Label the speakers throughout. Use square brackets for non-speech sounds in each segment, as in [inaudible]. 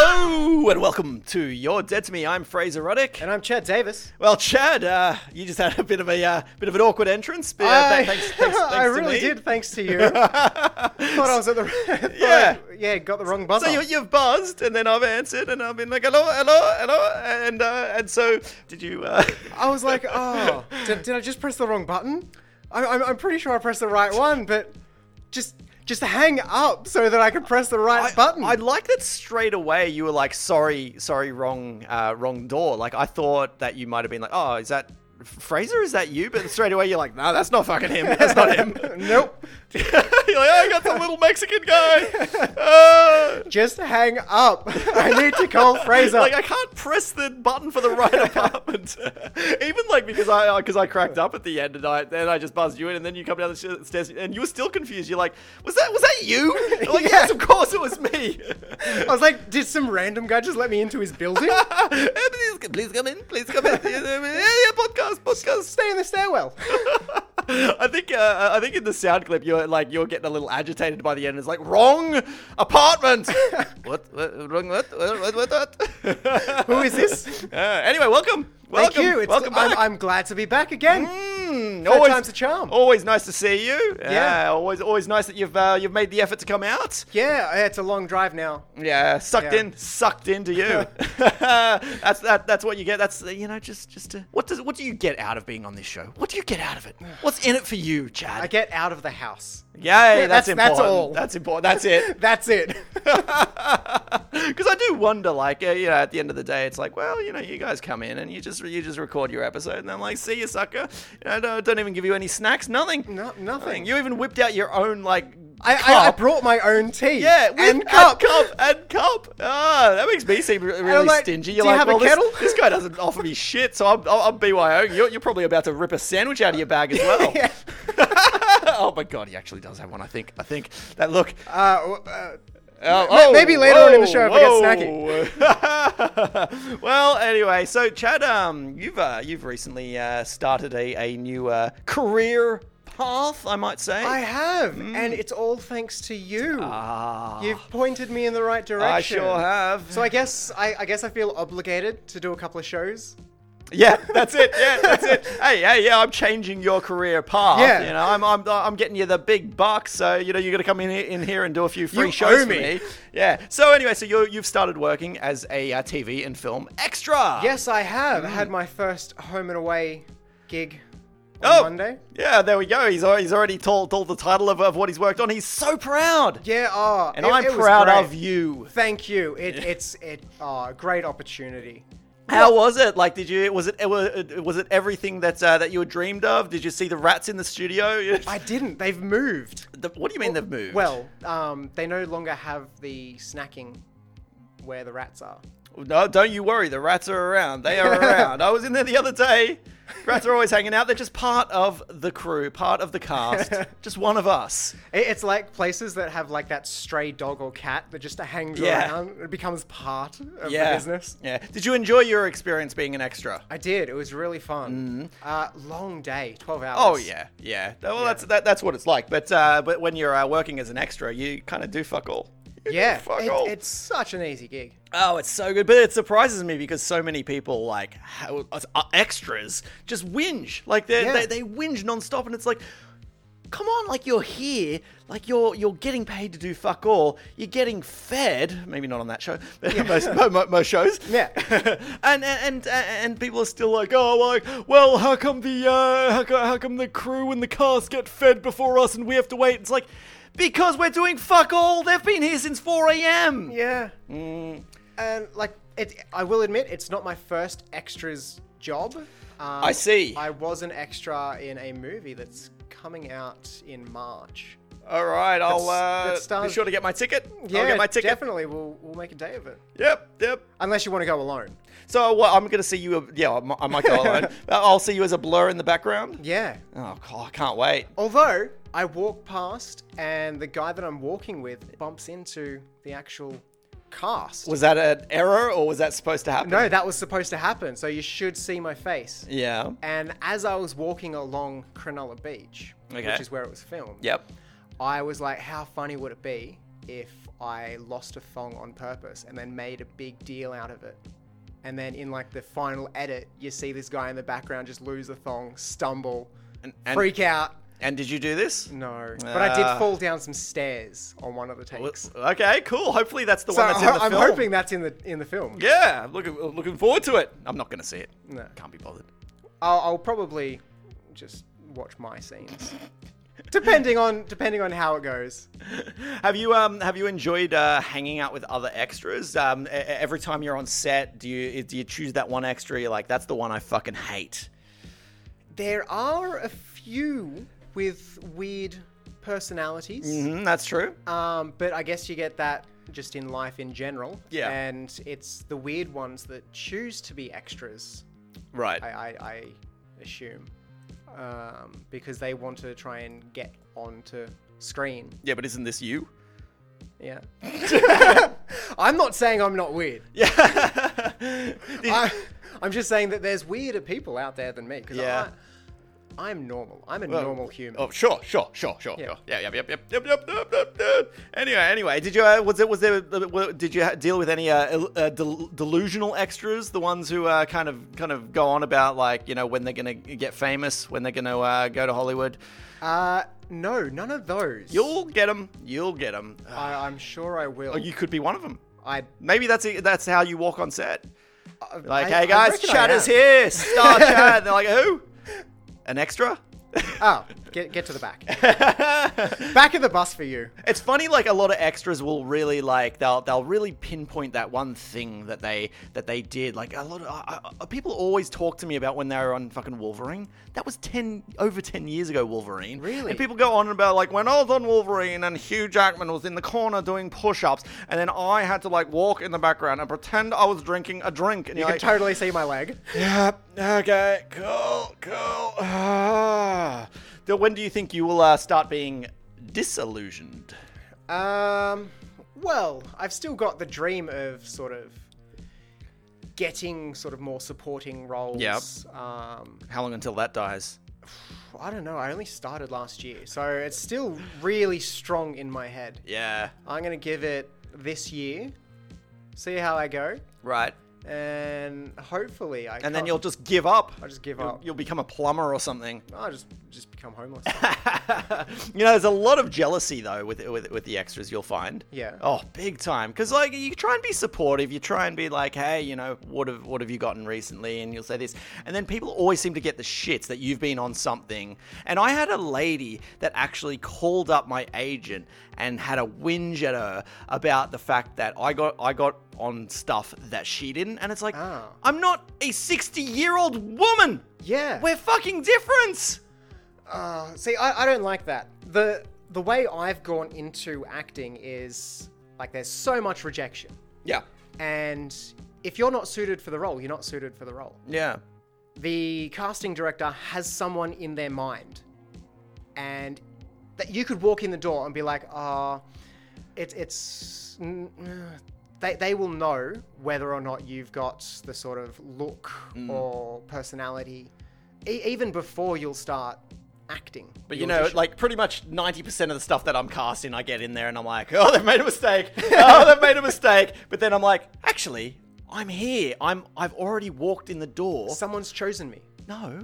Speaker 1: Hello and welcome to You're Dead to Me. I'm Fraser Ruddick.
Speaker 2: And I'm Chad Davis.
Speaker 1: Well, Chad, uh, you just had a bit of a uh, bit of an awkward entrance. But, uh,
Speaker 2: I,
Speaker 1: th-
Speaker 2: [laughs]
Speaker 1: thanks, thanks, thanks
Speaker 2: I
Speaker 1: to
Speaker 2: really
Speaker 1: me.
Speaker 2: did, thanks
Speaker 1: [laughs]
Speaker 2: to you. thought I was at the [laughs] thought
Speaker 1: Yeah.
Speaker 2: I, yeah, got the wrong buzzer.
Speaker 1: So you, you've buzzed, and then I've answered, and I've been like, "Hello, hello, hello," and uh, and so did you. Uh,
Speaker 2: I
Speaker 1: [laughs]
Speaker 2: was like, [laughs] oh, did, did I just press the wrong button? I, I'm, I'm pretty sure I pressed the right one, but just just hang up so that I could press the right
Speaker 1: I-
Speaker 2: button.
Speaker 1: I like that straight away. You were like, "Sorry, sorry, wrong, uh, wrong door." Like I thought that you might have been like, "Oh, is that Fraser? Is that you?" But straight away you're like, "No, that's not fucking him. That's not
Speaker 2: [laughs]
Speaker 1: him."
Speaker 2: [laughs] nope.
Speaker 1: you're like, "Oh, I got the little Mexican guy." Uh,
Speaker 2: Just hang up. [laughs] I need to
Speaker 1: [laughs]
Speaker 2: call Fraser.
Speaker 1: Like I can't press the button for the right apartment. [laughs] Even like because I because I cracked up at the end and I then I just buzzed you in and then you come down the sh- stairs and you were still confused. You're like, was that was that you? I'm like
Speaker 2: Yeah.
Speaker 1: yes, of course it was me. [laughs]
Speaker 2: I was like, did some random guy just let me into
Speaker 1: [laughs]
Speaker 2: his building?
Speaker 1: please, please come in, please come in. Yeah, yeah, podcast, podcast.
Speaker 2: Stay in
Speaker 1: [laughs]
Speaker 2: the stairwell.
Speaker 1: I think uh, I think in the sound clip you're like you're getting a little agitated by the end. It's like wrong apartment. [laughs] what, what wrong what what what what?
Speaker 2: [laughs] Who is this?
Speaker 1: Uh, anyway, welcome. Welcome.
Speaker 2: Thank you. It's,
Speaker 1: welcome
Speaker 2: I'm,
Speaker 1: back.
Speaker 2: I'm glad to be back again.
Speaker 1: Mm,
Speaker 2: Third time's a charm.
Speaker 1: Always nice to see you.
Speaker 2: Yeah.
Speaker 1: Uh, always, always nice that you've uh, you've made the effort to come out.
Speaker 2: Yeah, yeah, it's a long drive now.
Speaker 1: Yeah, sucked
Speaker 2: Yeah.
Speaker 1: in, sucked into you.
Speaker 2: [laughs]
Speaker 1: [laughs] that's that. That's what you get. That's uh, you know, just just uh, what does what do you get out of being on this show? What do you get out of it? What's in it for you, Chad?
Speaker 2: I get out of the house.
Speaker 1: Yay, that's,
Speaker 2: that's- that's
Speaker 1: important.
Speaker 2: all.
Speaker 1: That's important. That's
Speaker 2: [laughs]
Speaker 1: it. [laughs]
Speaker 2: That's it.
Speaker 1: Because I do wonder, like, uh, you know, at the end of the day, it's like, well, you know, you guys come in and you just you just record your episode, and I'm like, see you, sucker. You know, don't, don't even give you any snacks, nothing,
Speaker 2: No- nothing.
Speaker 1: You even whipped out your own like
Speaker 2: I,
Speaker 1: cup.
Speaker 2: I, I brought my own tea.
Speaker 1: yeah, with-
Speaker 2: and cup.
Speaker 1: and [laughs] cup, and cup. Ah, that makes me seem re- really
Speaker 2: like,
Speaker 1: stingy.
Speaker 2: "Do
Speaker 1: You're
Speaker 2: you
Speaker 1: like,
Speaker 2: have a
Speaker 1: well, this-
Speaker 2: kettle?"
Speaker 1: This, guy doesn't offer me shit, so I'm, I'm, I'm BYO. You're, you're probably about to rip a sandwich out of your
Speaker 2: [laughs]
Speaker 1: bag as well.
Speaker 2: Yeah.
Speaker 1: [laughs] oh my god, he actually does have one. I think. I think that look.
Speaker 2: Uh, w- uh,
Speaker 1: Oh,
Speaker 2: Ma-
Speaker 1: oh,
Speaker 2: maybe later on in the show if I get
Speaker 1: snacky. [laughs] well, anyway, so Chad, um, you've uh, you've recently uh, started a, a new uh, career path, I might say.
Speaker 2: I have, and it's all thanks to you.
Speaker 1: Mm. Ah.
Speaker 2: You've pointed me in the right
Speaker 1: I
Speaker 2: direction.
Speaker 1: sure have.
Speaker 2: So I guess I, I guess I feel obligated to do a couple of shows.
Speaker 1: yeah, that's it. Yeah, that's it. [laughs] Hey, hey, yeah, I'm changing your career path.
Speaker 2: Yeah.
Speaker 1: you know, I'm, I'm, I'm getting you the big bucks. So you know, you're gonna come in here, in here and do a few free
Speaker 2: You
Speaker 1: shows
Speaker 2: owe
Speaker 1: for
Speaker 2: me.
Speaker 1: me. Yeah. So anyway, so you you've started working as a uh, TV and film extra.
Speaker 2: Yes, I have.
Speaker 1: Mm.
Speaker 2: I had my first home and away gig on
Speaker 1: Oh!
Speaker 2: Monday.
Speaker 1: Yeah, there we go. He's al- he's already told told the title of, of what he's worked on. He's so proud.
Speaker 2: Yeah, oh,
Speaker 1: and
Speaker 2: it-
Speaker 1: I'm
Speaker 2: it was
Speaker 1: proud
Speaker 2: great.
Speaker 1: of you.
Speaker 2: Thank you. It, It's it. Oh, great opportunity.
Speaker 1: How was it? Like, did you was it it was it, was it everything that uh, that you had dreamed of? Did you see the rats in the studio?
Speaker 2: I didn't. They've moved.
Speaker 1: [laughs] The- what do you mean they've moved?
Speaker 2: Well, um, they no longer have the snacking where the rats are.
Speaker 1: no, don't you worry. The rats are around. They are around. I was in there the other day. Rats are always hanging out. They're just part of the crew, part of the [laughs] cast. just one of us.
Speaker 2: It- It's like places that have like that stray dog or cat that just hangs
Speaker 1: Yeah.
Speaker 2: around. It becomes part of
Speaker 1: Yeah.
Speaker 2: the business.
Speaker 1: Yeah. Did you enjoy your experience being an extra?
Speaker 2: I did. It was really fun. Uh, long day, twelve hours.
Speaker 1: Mm-hmm. Oh yeah, yeah. Well, that's that, that's what it's like. But uh, but when you're uh, working as an extra, you kind of do fuck all. You do
Speaker 2: yeah.
Speaker 1: fuck
Speaker 2: it-
Speaker 1: all.
Speaker 2: it's such an easy gig.
Speaker 1: oh, it's so good. But it surprises me because so many people like how, us- uh, extras just whinge, like they
Speaker 2: Yeah.
Speaker 1: they they whinge nonstop, and it's like. Come on, like you're here, like you're you're getting paid to do fuck all. You're getting fed, maybe not on that show, but [laughs] most, mo- mo- most shows.
Speaker 2: Yeah.
Speaker 1: [laughs] and, and and and people are still like, oh, like, well, how come the uh, how, co- how come the crew and the cast get fed before us and we have to wait? It's like because we're doing fuck all. They've been here since 4 a.m.
Speaker 2: Yeah. Mm.
Speaker 1: Mm.
Speaker 2: And like, it, I will admit, it's not my first extras job. Um, I
Speaker 1: see.
Speaker 2: I was an extra in a movie that's coming out in March.
Speaker 1: All right, I'll
Speaker 2: That's-
Speaker 1: uh,
Speaker 2: that sounds-
Speaker 1: be sure to get my ticket.
Speaker 2: Yeah,
Speaker 1: I'll get my ticket.
Speaker 2: definitely. We'll we'll make a day of it.
Speaker 1: Yep, yep.
Speaker 2: Unless you want to go alone.
Speaker 1: So what I'm gonna see you. Yeah, I mi- I might go
Speaker 2: [laughs]
Speaker 1: alone. I'll see you as a blur in the background.
Speaker 2: Yeah.
Speaker 1: Oh, God, I can't wait.
Speaker 2: Although I walk past and the guy that I'm walking with bumps into the actual cast.
Speaker 1: Was that an error or was that supposed to happen?
Speaker 2: No, that was supposed to happen. So you should see my face.
Speaker 1: Yeah.
Speaker 2: And as I was walking along Cronulla Beach,
Speaker 1: Okay.
Speaker 2: which is where it was filmed,
Speaker 1: Yep.
Speaker 2: I was like, how funny would it be if I lost a thong on purpose and then made a big deal out of it. And then in like the final edit, you see this guy in the background just lose a thong, stumble,
Speaker 1: And- and-
Speaker 2: freak out.
Speaker 1: And did you do this?
Speaker 2: No, but I did
Speaker 1: Ah.
Speaker 2: fall down some stairs on one of the takes.
Speaker 1: Okay, cool. Hopefully that's the
Speaker 2: So
Speaker 1: one that's in the
Speaker 2: I'm
Speaker 1: film.
Speaker 2: hoping that's in the in the film.
Speaker 1: Yeah, I'm looking looking forward to it. I'm not going to see it.
Speaker 2: No.
Speaker 1: Can't be bothered.
Speaker 2: I'll, I'll probably just watch my scenes, depending on depending on how it goes.
Speaker 1: [laughs] Have you um have you enjoyed uh, hanging out with other extras? Um, e- e- every time you're on set, do you do you choose that one extra? You're like, that's the one I fucking hate.
Speaker 2: There are a few with weird personalities,
Speaker 1: Mm, that's true.
Speaker 2: um, but I guess you get that just in life in general.
Speaker 1: Yeah.
Speaker 2: and it's the weird ones that choose to be extras.
Speaker 1: Right.
Speaker 2: I, I, I assume um, because they want to try and get onto screen.
Speaker 1: yeah, but isn't this you? [laughs]
Speaker 2: Yeah. I'm not saying I'm not weird.
Speaker 1: Yeah. [laughs]
Speaker 2: I, I'm just saying that there's weirder people out there than me because
Speaker 1: Yeah.
Speaker 2: I, I'm normal. I'm a normal human.
Speaker 1: Oh, sure, sure, sure, sure.
Speaker 2: Yeah.
Speaker 1: sure. Yeah, yeah, yep, yep, yep, yep, yep, yep, yep. Anyway, anyway, did you uh, was it was there uh, wa- did you ha- deal with any uh, el- uh, del- delusional extras, the ones who uh, kind of kind of go on about like you know when they're gonna get famous, when they're gonna uh, go to Hollywood?
Speaker 2: Uh, no, none of those.
Speaker 1: You'll get them. You'll get them.
Speaker 2: I, I'm sure I will.
Speaker 1: Or Oh, you could be one of them.
Speaker 2: I
Speaker 1: Maybe that's it, that's how you walk on set.
Speaker 2: I-
Speaker 1: Like,
Speaker 2: Uh, I- I
Speaker 1: hey guys,
Speaker 2: reckon I
Speaker 1: chat is
Speaker 2: am."
Speaker 1: here.
Speaker 2: [laughs]
Speaker 1: Star chat. They're like, who? An extra?
Speaker 2: Oh, get get to the back. [laughs] back of the bus for you.
Speaker 1: It's funny, like a lot of extras will really like they'll they'll really pinpoint that one thing that they that they did. Like a lot of uh, uh, people always talk to me about when they were on fucking Wolverine. That was ten over ten years ago, Wolverine.
Speaker 2: Really?
Speaker 1: And people go on about like when I was on Wolverine and Hugh Jackman was in the corner doing push-ups, and then I had to like walk in the background and pretend I was drinking a drink. And
Speaker 2: You
Speaker 1: you're
Speaker 2: can
Speaker 1: like,
Speaker 2: totally see my leg.
Speaker 1: yeah. Okay. Cool. Cool. Ah. Then When do you think you will uh, start being disillusioned?
Speaker 2: Um, well, I've still got the dream of sort of getting sort of more supporting roles. Um,
Speaker 1: How long until that dies?
Speaker 2: I don't know. I only started last year, so it's still really strong in my head.
Speaker 1: Yeah.
Speaker 2: I'm gonna give it this year, see how I go,
Speaker 1: Right.
Speaker 2: and hopefully I.
Speaker 1: And then you'll just give up.
Speaker 2: Oh. I'll just give
Speaker 1: You'll-
Speaker 2: up.
Speaker 1: You'll become a plumber or something.
Speaker 2: I'll just just become homeless.
Speaker 1: you know, there's a lot of jealousy though with with, with the extras. You'll find.
Speaker 2: Yeah.
Speaker 1: Oh, big time. Because like you try and be supportive. You try and be like, hey, you know, what have what have you gotten recently? And you'll say this, and then people always seem to get the shits that you've been on something. And I had a lady that actually called up my agent and had a whinge at her about the fact that I got I got on stuff that she didn't. And it's like,
Speaker 2: Oh.
Speaker 1: I'm not a 60 year old woman.
Speaker 2: yeah.
Speaker 1: We're fucking different.
Speaker 2: Uh, see, I, I don't like that. The the way I've gone into acting is like there's so much rejection,
Speaker 1: Yeah.
Speaker 2: and if you're not suited for the role, you're not suited for the role.
Speaker 1: Yeah.
Speaker 2: the casting director has someone in their mind, and that you could walk in the door and be like, "Ah, it's it's." mm, uh," They, they will know whether or not you've got the sort of look or personality, e- even before you'll start acting.
Speaker 1: But
Speaker 2: the
Speaker 1: you know,
Speaker 2: audition.
Speaker 1: like pretty much 90% of the stuff that I'm casting, I get in there and I'm like, oh, they've made a mistake. Oh, they've made a mistake. But then I'm like, actually, I'm here. I'm I've already walked in the door.
Speaker 2: someone's chosen me.
Speaker 1: no.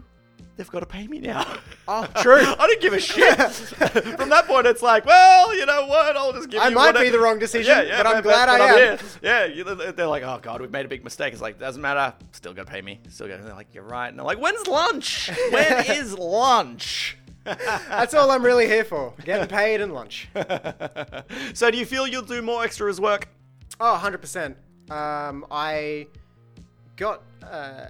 Speaker 1: They've got to pay me now.
Speaker 2: Oh,
Speaker 1: [laughs] I don't give a
Speaker 2: [laughs]
Speaker 1: shit. From that point, it's like, well, you know what? I'll just give.
Speaker 2: I
Speaker 1: you
Speaker 2: might
Speaker 1: whatever-
Speaker 2: be the wrong decision, but I'm glad I
Speaker 1: I'm
Speaker 2: am.
Speaker 1: here. Yeah, you- they're like, oh god, we've made a big mistake. It's like doesn't matter. Still gotta pay me. Still gotta. They're like, you're right. And I'm like, when's lunch?
Speaker 2: [laughs]
Speaker 1: When is lunch?
Speaker 2: [laughs] That's all I'm really here for [laughs] getting paid and lunch.
Speaker 1: [laughs] so do you feel you'll do more extras work?
Speaker 2: Oh, 100%. Um, I got uh,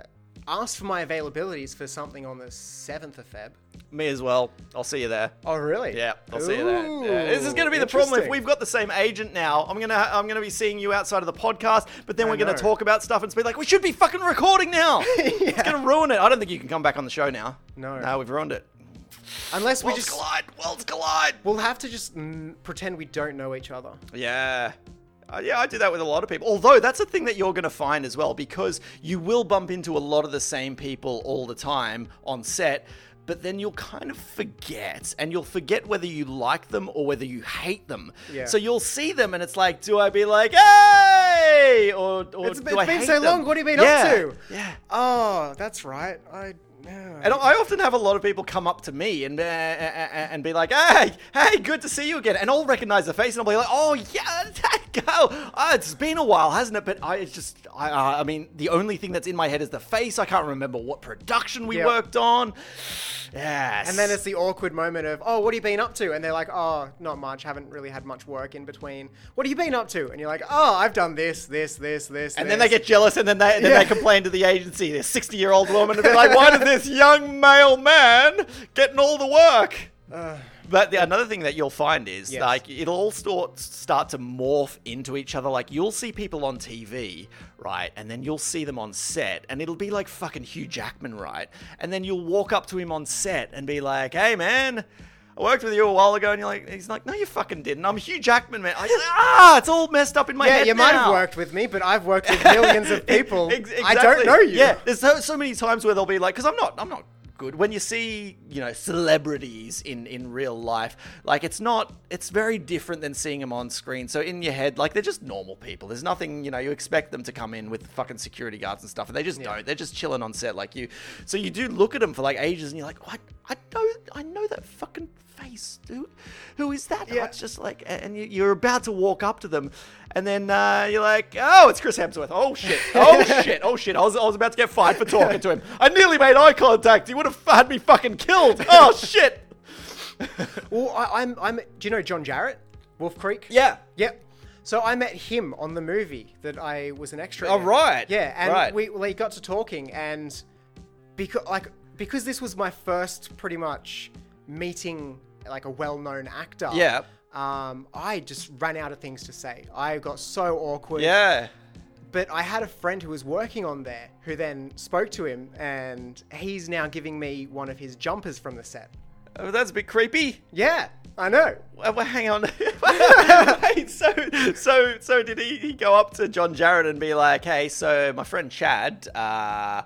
Speaker 2: asked for my availabilities for something on the 7th of Feb.
Speaker 1: Me as well. I'll see you there.
Speaker 2: Oh, really?
Speaker 1: Yeah, I'll see you there.
Speaker 2: Ooh,
Speaker 1: Yeah, this is going to be the problem if
Speaker 2: interesting.
Speaker 1: we've got the same agent now. I'm gonna I'm gonna be seeing you outside of the podcast, but then
Speaker 2: I
Speaker 1: we're gonna
Speaker 2: know.
Speaker 1: talk about stuff and it's be like, we should be fucking recording now.
Speaker 2: [laughs]
Speaker 1: It's gonna ruin it. I don't think you can come back on the show now.
Speaker 2: No.
Speaker 1: no, we've ruined it.
Speaker 2: Unless we
Speaker 1: Worlds
Speaker 2: just.
Speaker 1: collide. Worlds collide.
Speaker 2: We'll have to just mm, pretend we don't know each other.
Speaker 1: Yeah. Uh, yeah, I do that with a lot of people. Although that's a thing that you're going to find as well, because you will bump into a lot of the same people all the time on set. but then you'll kind of forget and you'll forget whether you like them or whether you hate them.
Speaker 2: Yeah.
Speaker 1: So you'll see them and it's like, do I be like, hey, or, or
Speaker 2: It's-
Speaker 1: do
Speaker 2: it's
Speaker 1: I
Speaker 2: been
Speaker 1: hate
Speaker 2: so
Speaker 1: them?
Speaker 2: long, what have you been up
Speaker 1: Yeah,
Speaker 2: to?
Speaker 1: Yeah.
Speaker 2: Oh, that's right. I. Yeah.
Speaker 1: And I often have a lot of people come up to me and uh, uh, uh, and be like, "Hey, hey, good to see you again," and I'll recognize the face and I'll be like, "Oh yeah, [laughs] that go. Oh, it's been a while, hasn't it?" But I it's just, I, uh, I mean, the only thing that's in my head is the face. I can't remember what production we
Speaker 2: Yep.
Speaker 1: worked on. Yes.
Speaker 2: And then it's the awkward moment of, oh, what have you been up to? And they're like, oh, not much. Haven't really had much work in between. What have you been up to? And you're like, oh, I've done this, this, this, this.
Speaker 1: And then they get jealous, and then they and then
Speaker 2: Yeah.
Speaker 1: they complain to the agency. This sixty-year-old woman
Speaker 2: [laughs]
Speaker 1: and be like, "Why did this young male man getting all the work?" But the, another thing that you'll find is
Speaker 2: Uh, Yes.
Speaker 1: like it'll all start start to morph into each other. Like you'll see people on TV, right, and then you'll see them on set, and it'll be like fucking Hugh Jackman, right, and then you'll walk up to him on set and be like, "Hey, man." I worked with you a while ago, and you're like, he's like, no, you fucking didn't. I'm Hugh Jackman, man. I, [laughs] ah, it's all messed up in my
Speaker 2: yeah,
Speaker 1: head
Speaker 2: you might have
Speaker 1: now."
Speaker 2: worked with me, but I've worked with
Speaker 1: [laughs]
Speaker 2: millions of people.
Speaker 1: Ex-
Speaker 2: I don't
Speaker 1: exactly.
Speaker 2: know you.
Speaker 1: Yeah, there's so, so many times where they'll be like, because I'm not, I'm not good. When you see, you know, celebrities in in real life, like it's not, it's very different than seeing them on screen. So in your head, like they're just normal people. There's nothing, you know, you expect them to come in with fucking security guards and stuff, and they just don't. They're just chilling on set like you. So you do look at them for like ages, and you're like, what? I know, I know that fucking face. Who, who is that?
Speaker 2: Yeah.
Speaker 1: It's just like, a- and you- you're about to walk up to them, and then uh, you're like, oh, it's Chris Hemsworth. Oh shit. [laughs] Oh shit. Oh shit. I was, I was about to get fired for talking to him. I nearly made eye contact. He would have had me fucking [laughs] killed. Oh shit.
Speaker 2: Well, I, I'm, I'm. Do you know John Jarrett, Wolf Creek?
Speaker 1: Yeah.
Speaker 2: Yep. So I met him on the movie that I was an extra.
Speaker 1: Oh,
Speaker 2: in.
Speaker 1: right.
Speaker 2: Yeah, and
Speaker 1: Right.
Speaker 2: we like got to talking, and because like because this was my first pretty much meeting like a well-known actor.
Speaker 1: Yeah.
Speaker 2: Um, I just ran out of things to say. I got so awkward.
Speaker 1: Yeah.
Speaker 2: But I had a friend who was working on there who then spoke to him, and he's now giving me one of his jumpers from the set.
Speaker 1: Oh, that's a bit creepy. Uh,
Speaker 2: Yeah, I know.
Speaker 1: Well, well, hang on. [laughs] Wait, so, so, so did he, he go up to John Jarrett and be like, "Hey, so my friend Chad, uh,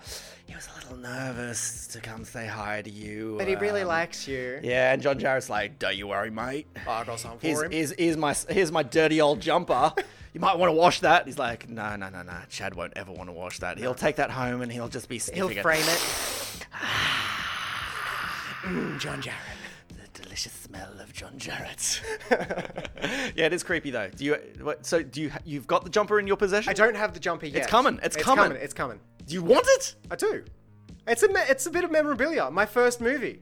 Speaker 1: he was a little nervous to come say hi to you,
Speaker 2: But he really
Speaker 1: um,
Speaker 2: likes you.
Speaker 1: Yeah, and John Jarrett's like, "Don't you worry, mate.
Speaker 2: I got something for
Speaker 1: Here's,
Speaker 2: him.
Speaker 1: here's, here's my here's my dirty old jumper. You might want to wash that." He's like, "No, no, no, no. Chad won't ever want to wash that. He'll take that home and he'll just be
Speaker 2: He'll
Speaker 1: sniffing
Speaker 2: frame
Speaker 1: [laughs]
Speaker 2: it. Mm, John Jarrett.
Speaker 1: The delicious smell of John Jarrett's. [laughs] yeah, it is creepy though. Do you what, so do you you've got the jumper in your possession?
Speaker 2: I don't have the jumper yet.
Speaker 1: coming, it's coming.
Speaker 2: It's coming.
Speaker 1: Do you want it?
Speaker 2: I do. It's a me- it's a bit of memorabilia. My first movie.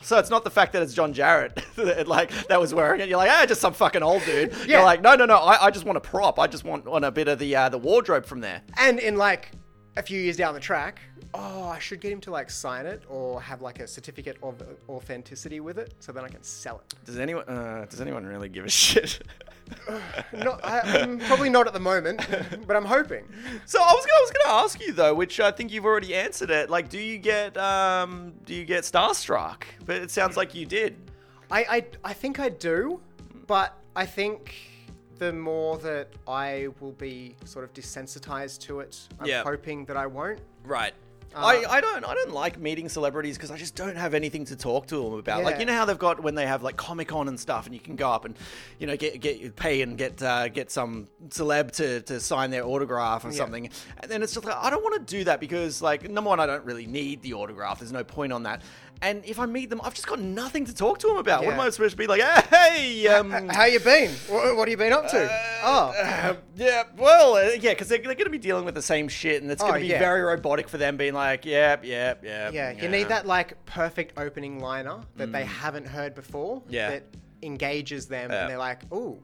Speaker 1: So it's not the fact that it's John Jarrett, [laughs] that, like that was wearing it. You're like, ah, just some fucking old dude.
Speaker 2: Yeah.
Speaker 1: You're like, no, no, no. I, I just want a prop. I just want want a bit of the uh, the wardrobe from there.
Speaker 2: And in like a few years down the track, oh, I should get him to like sign it or have like a certificate of authenticity with it, so then I can sell
Speaker 1: [laughs]
Speaker 2: it.
Speaker 1: Does anyone uh, does anyone really give a [laughs] shit?
Speaker 2: Not, I, mm, probably not at the moment, but I'm hoping.
Speaker 1: so I was gonna, I was gonna ask you though, which I think you've already answered it. Like, do you get um do you get starstruck? But it sounds like you did.
Speaker 2: I, I, I think I do, but I think the more that I will be sort of desensitized to it, I'm
Speaker 1: Yeah.
Speaker 2: hoping that I won't.
Speaker 1: Right.
Speaker 2: Um,
Speaker 1: I, I don't I don't like meeting celebrities because I just don't have anything to talk to them about. Like
Speaker 2: Yeah.
Speaker 1: you know how they've got when they have like Comic Con and stuff, and you can go up and you know get get pay and get uh, get some celeb to, to sign their autograph or something. And then it's just like I don't want to do that because like number one I don't really need the autograph. There's no point on that. And if I meet them, I've just got nothing to talk to them about. What am
Speaker 2: Yeah.
Speaker 1: I supposed to be like? Hey, um,
Speaker 2: [laughs] H- How you been? What, what have you been up to? oh,
Speaker 1: uh, yeah, well, uh, yeah, because they're, they're going to be dealing with the same shit, and it's going
Speaker 2: Oh,
Speaker 1: to be
Speaker 2: yeah.
Speaker 1: very robotic for them, being like, yep, yep, yep.
Speaker 2: yeah. You need that like perfect opening liner that they haven't heard before.
Speaker 1: Mm. Yeah.
Speaker 2: That engages them,
Speaker 1: Yeah.
Speaker 2: and they're like, "Ooh,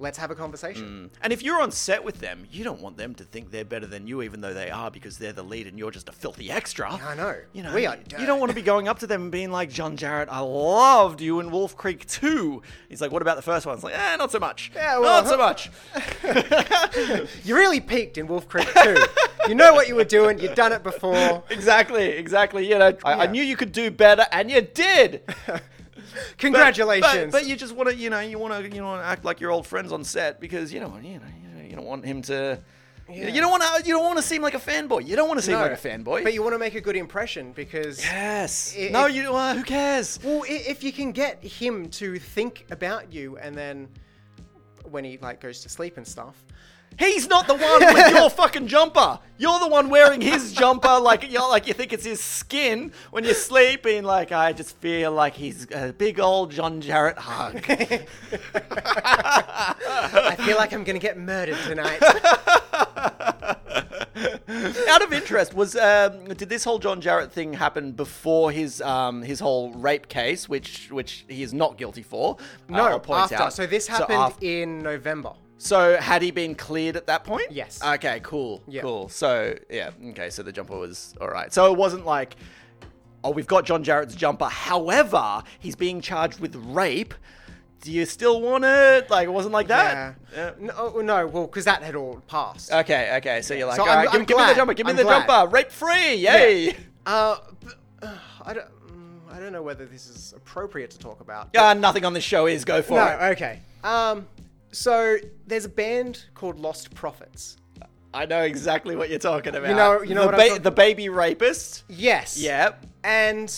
Speaker 2: let's have a conversation."
Speaker 1: And if you're on set with them, you don't want them to think they're better than you, even though they are, because they're the lead and you're just a filthy extra.
Speaker 2: I know.
Speaker 1: You know,
Speaker 2: We are
Speaker 1: you don't
Speaker 2: dirt.
Speaker 1: want to be going up to them and being like, John Jarrett, I loved you in Wolf Creek 2. He's like, what about the first one? It's like, eh, not so much.
Speaker 2: Yeah, well,
Speaker 1: not so much. Mm.
Speaker 2: You really peaked in Wolf Creek too. you know what you were doing. You've done
Speaker 1: [laughs]
Speaker 2: it before.
Speaker 1: [laughs] exactly, exactly. You know, I, I
Speaker 2: Yeah.
Speaker 1: knew you could do better, and you
Speaker 2: [laughs]
Speaker 1: did. But-
Speaker 2: Congratulations.
Speaker 1: But, but you just want to, you know, you want to, you want to act like your old friends on set because you don't, you know, you don't want him to
Speaker 2: Yeah.
Speaker 1: You don't want to. You don't want to seem like a fanboy. You don't want to seem
Speaker 2: No,
Speaker 1: like a fanboy.
Speaker 2: But you want to make a good impression because.
Speaker 1: yes.
Speaker 2: It-
Speaker 1: no,
Speaker 2: it-
Speaker 1: you. Uh, who cares?
Speaker 2: Well, i- if you can get him to think about you, and then when he like goes to sleep and stuff,
Speaker 1: He's not the one with
Speaker 2: [laughs]
Speaker 1: your fucking jumper. You're the one wearing his jumper like you're like you think it's his skin when you sleep, being like, I just feel like he's a big old John Jarrett hug.
Speaker 2: I feel like I'm gonna get murdered
Speaker 1: [laughs]
Speaker 2: tonight.
Speaker 1: Out of interest, was um, did this whole John Jarrett thing happen before his um, his whole rape case, which which he is not guilty for? uh,
Speaker 2: no,
Speaker 1: I'll point
Speaker 2: after.
Speaker 1: out.
Speaker 2: So this happened
Speaker 1: af-
Speaker 2: in November.
Speaker 1: So had he been cleared at that point?
Speaker 2: Yes.
Speaker 1: Okay, cool.
Speaker 2: Yeah.
Speaker 1: Cool. So yeah, okay, so the jumper was alright. So it wasn't like oh we've got John Jarrett's jumper, however, he's being charged with rape. Do you still want it? Like it wasn't like that? Uh,
Speaker 2: Yeah. No, oh, no, well, because that had all passed.
Speaker 1: Okay, okay. So you're like,
Speaker 2: So
Speaker 1: all right,
Speaker 2: I'm-
Speaker 1: give, give me
Speaker 2: I'm
Speaker 1: the
Speaker 2: glad.
Speaker 1: jumper, give me
Speaker 2: I'm
Speaker 1: the
Speaker 2: glad.
Speaker 1: jumper, rape free, yay!
Speaker 2: Yeah. Uh, but, uh, I don't. mm, I don't know whether this is appropriate to talk about.
Speaker 1: Ah, nothing on this show is go for
Speaker 2: No,
Speaker 1: it.
Speaker 2: okay. Um, so there's a band called Lost Prophets.
Speaker 1: I know exactly what you're talking about.
Speaker 2: know- you know
Speaker 1: the,
Speaker 2: what I'm talk-
Speaker 1: the baby rapist.
Speaker 2: Yes.
Speaker 1: Yep.
Speaker 2: And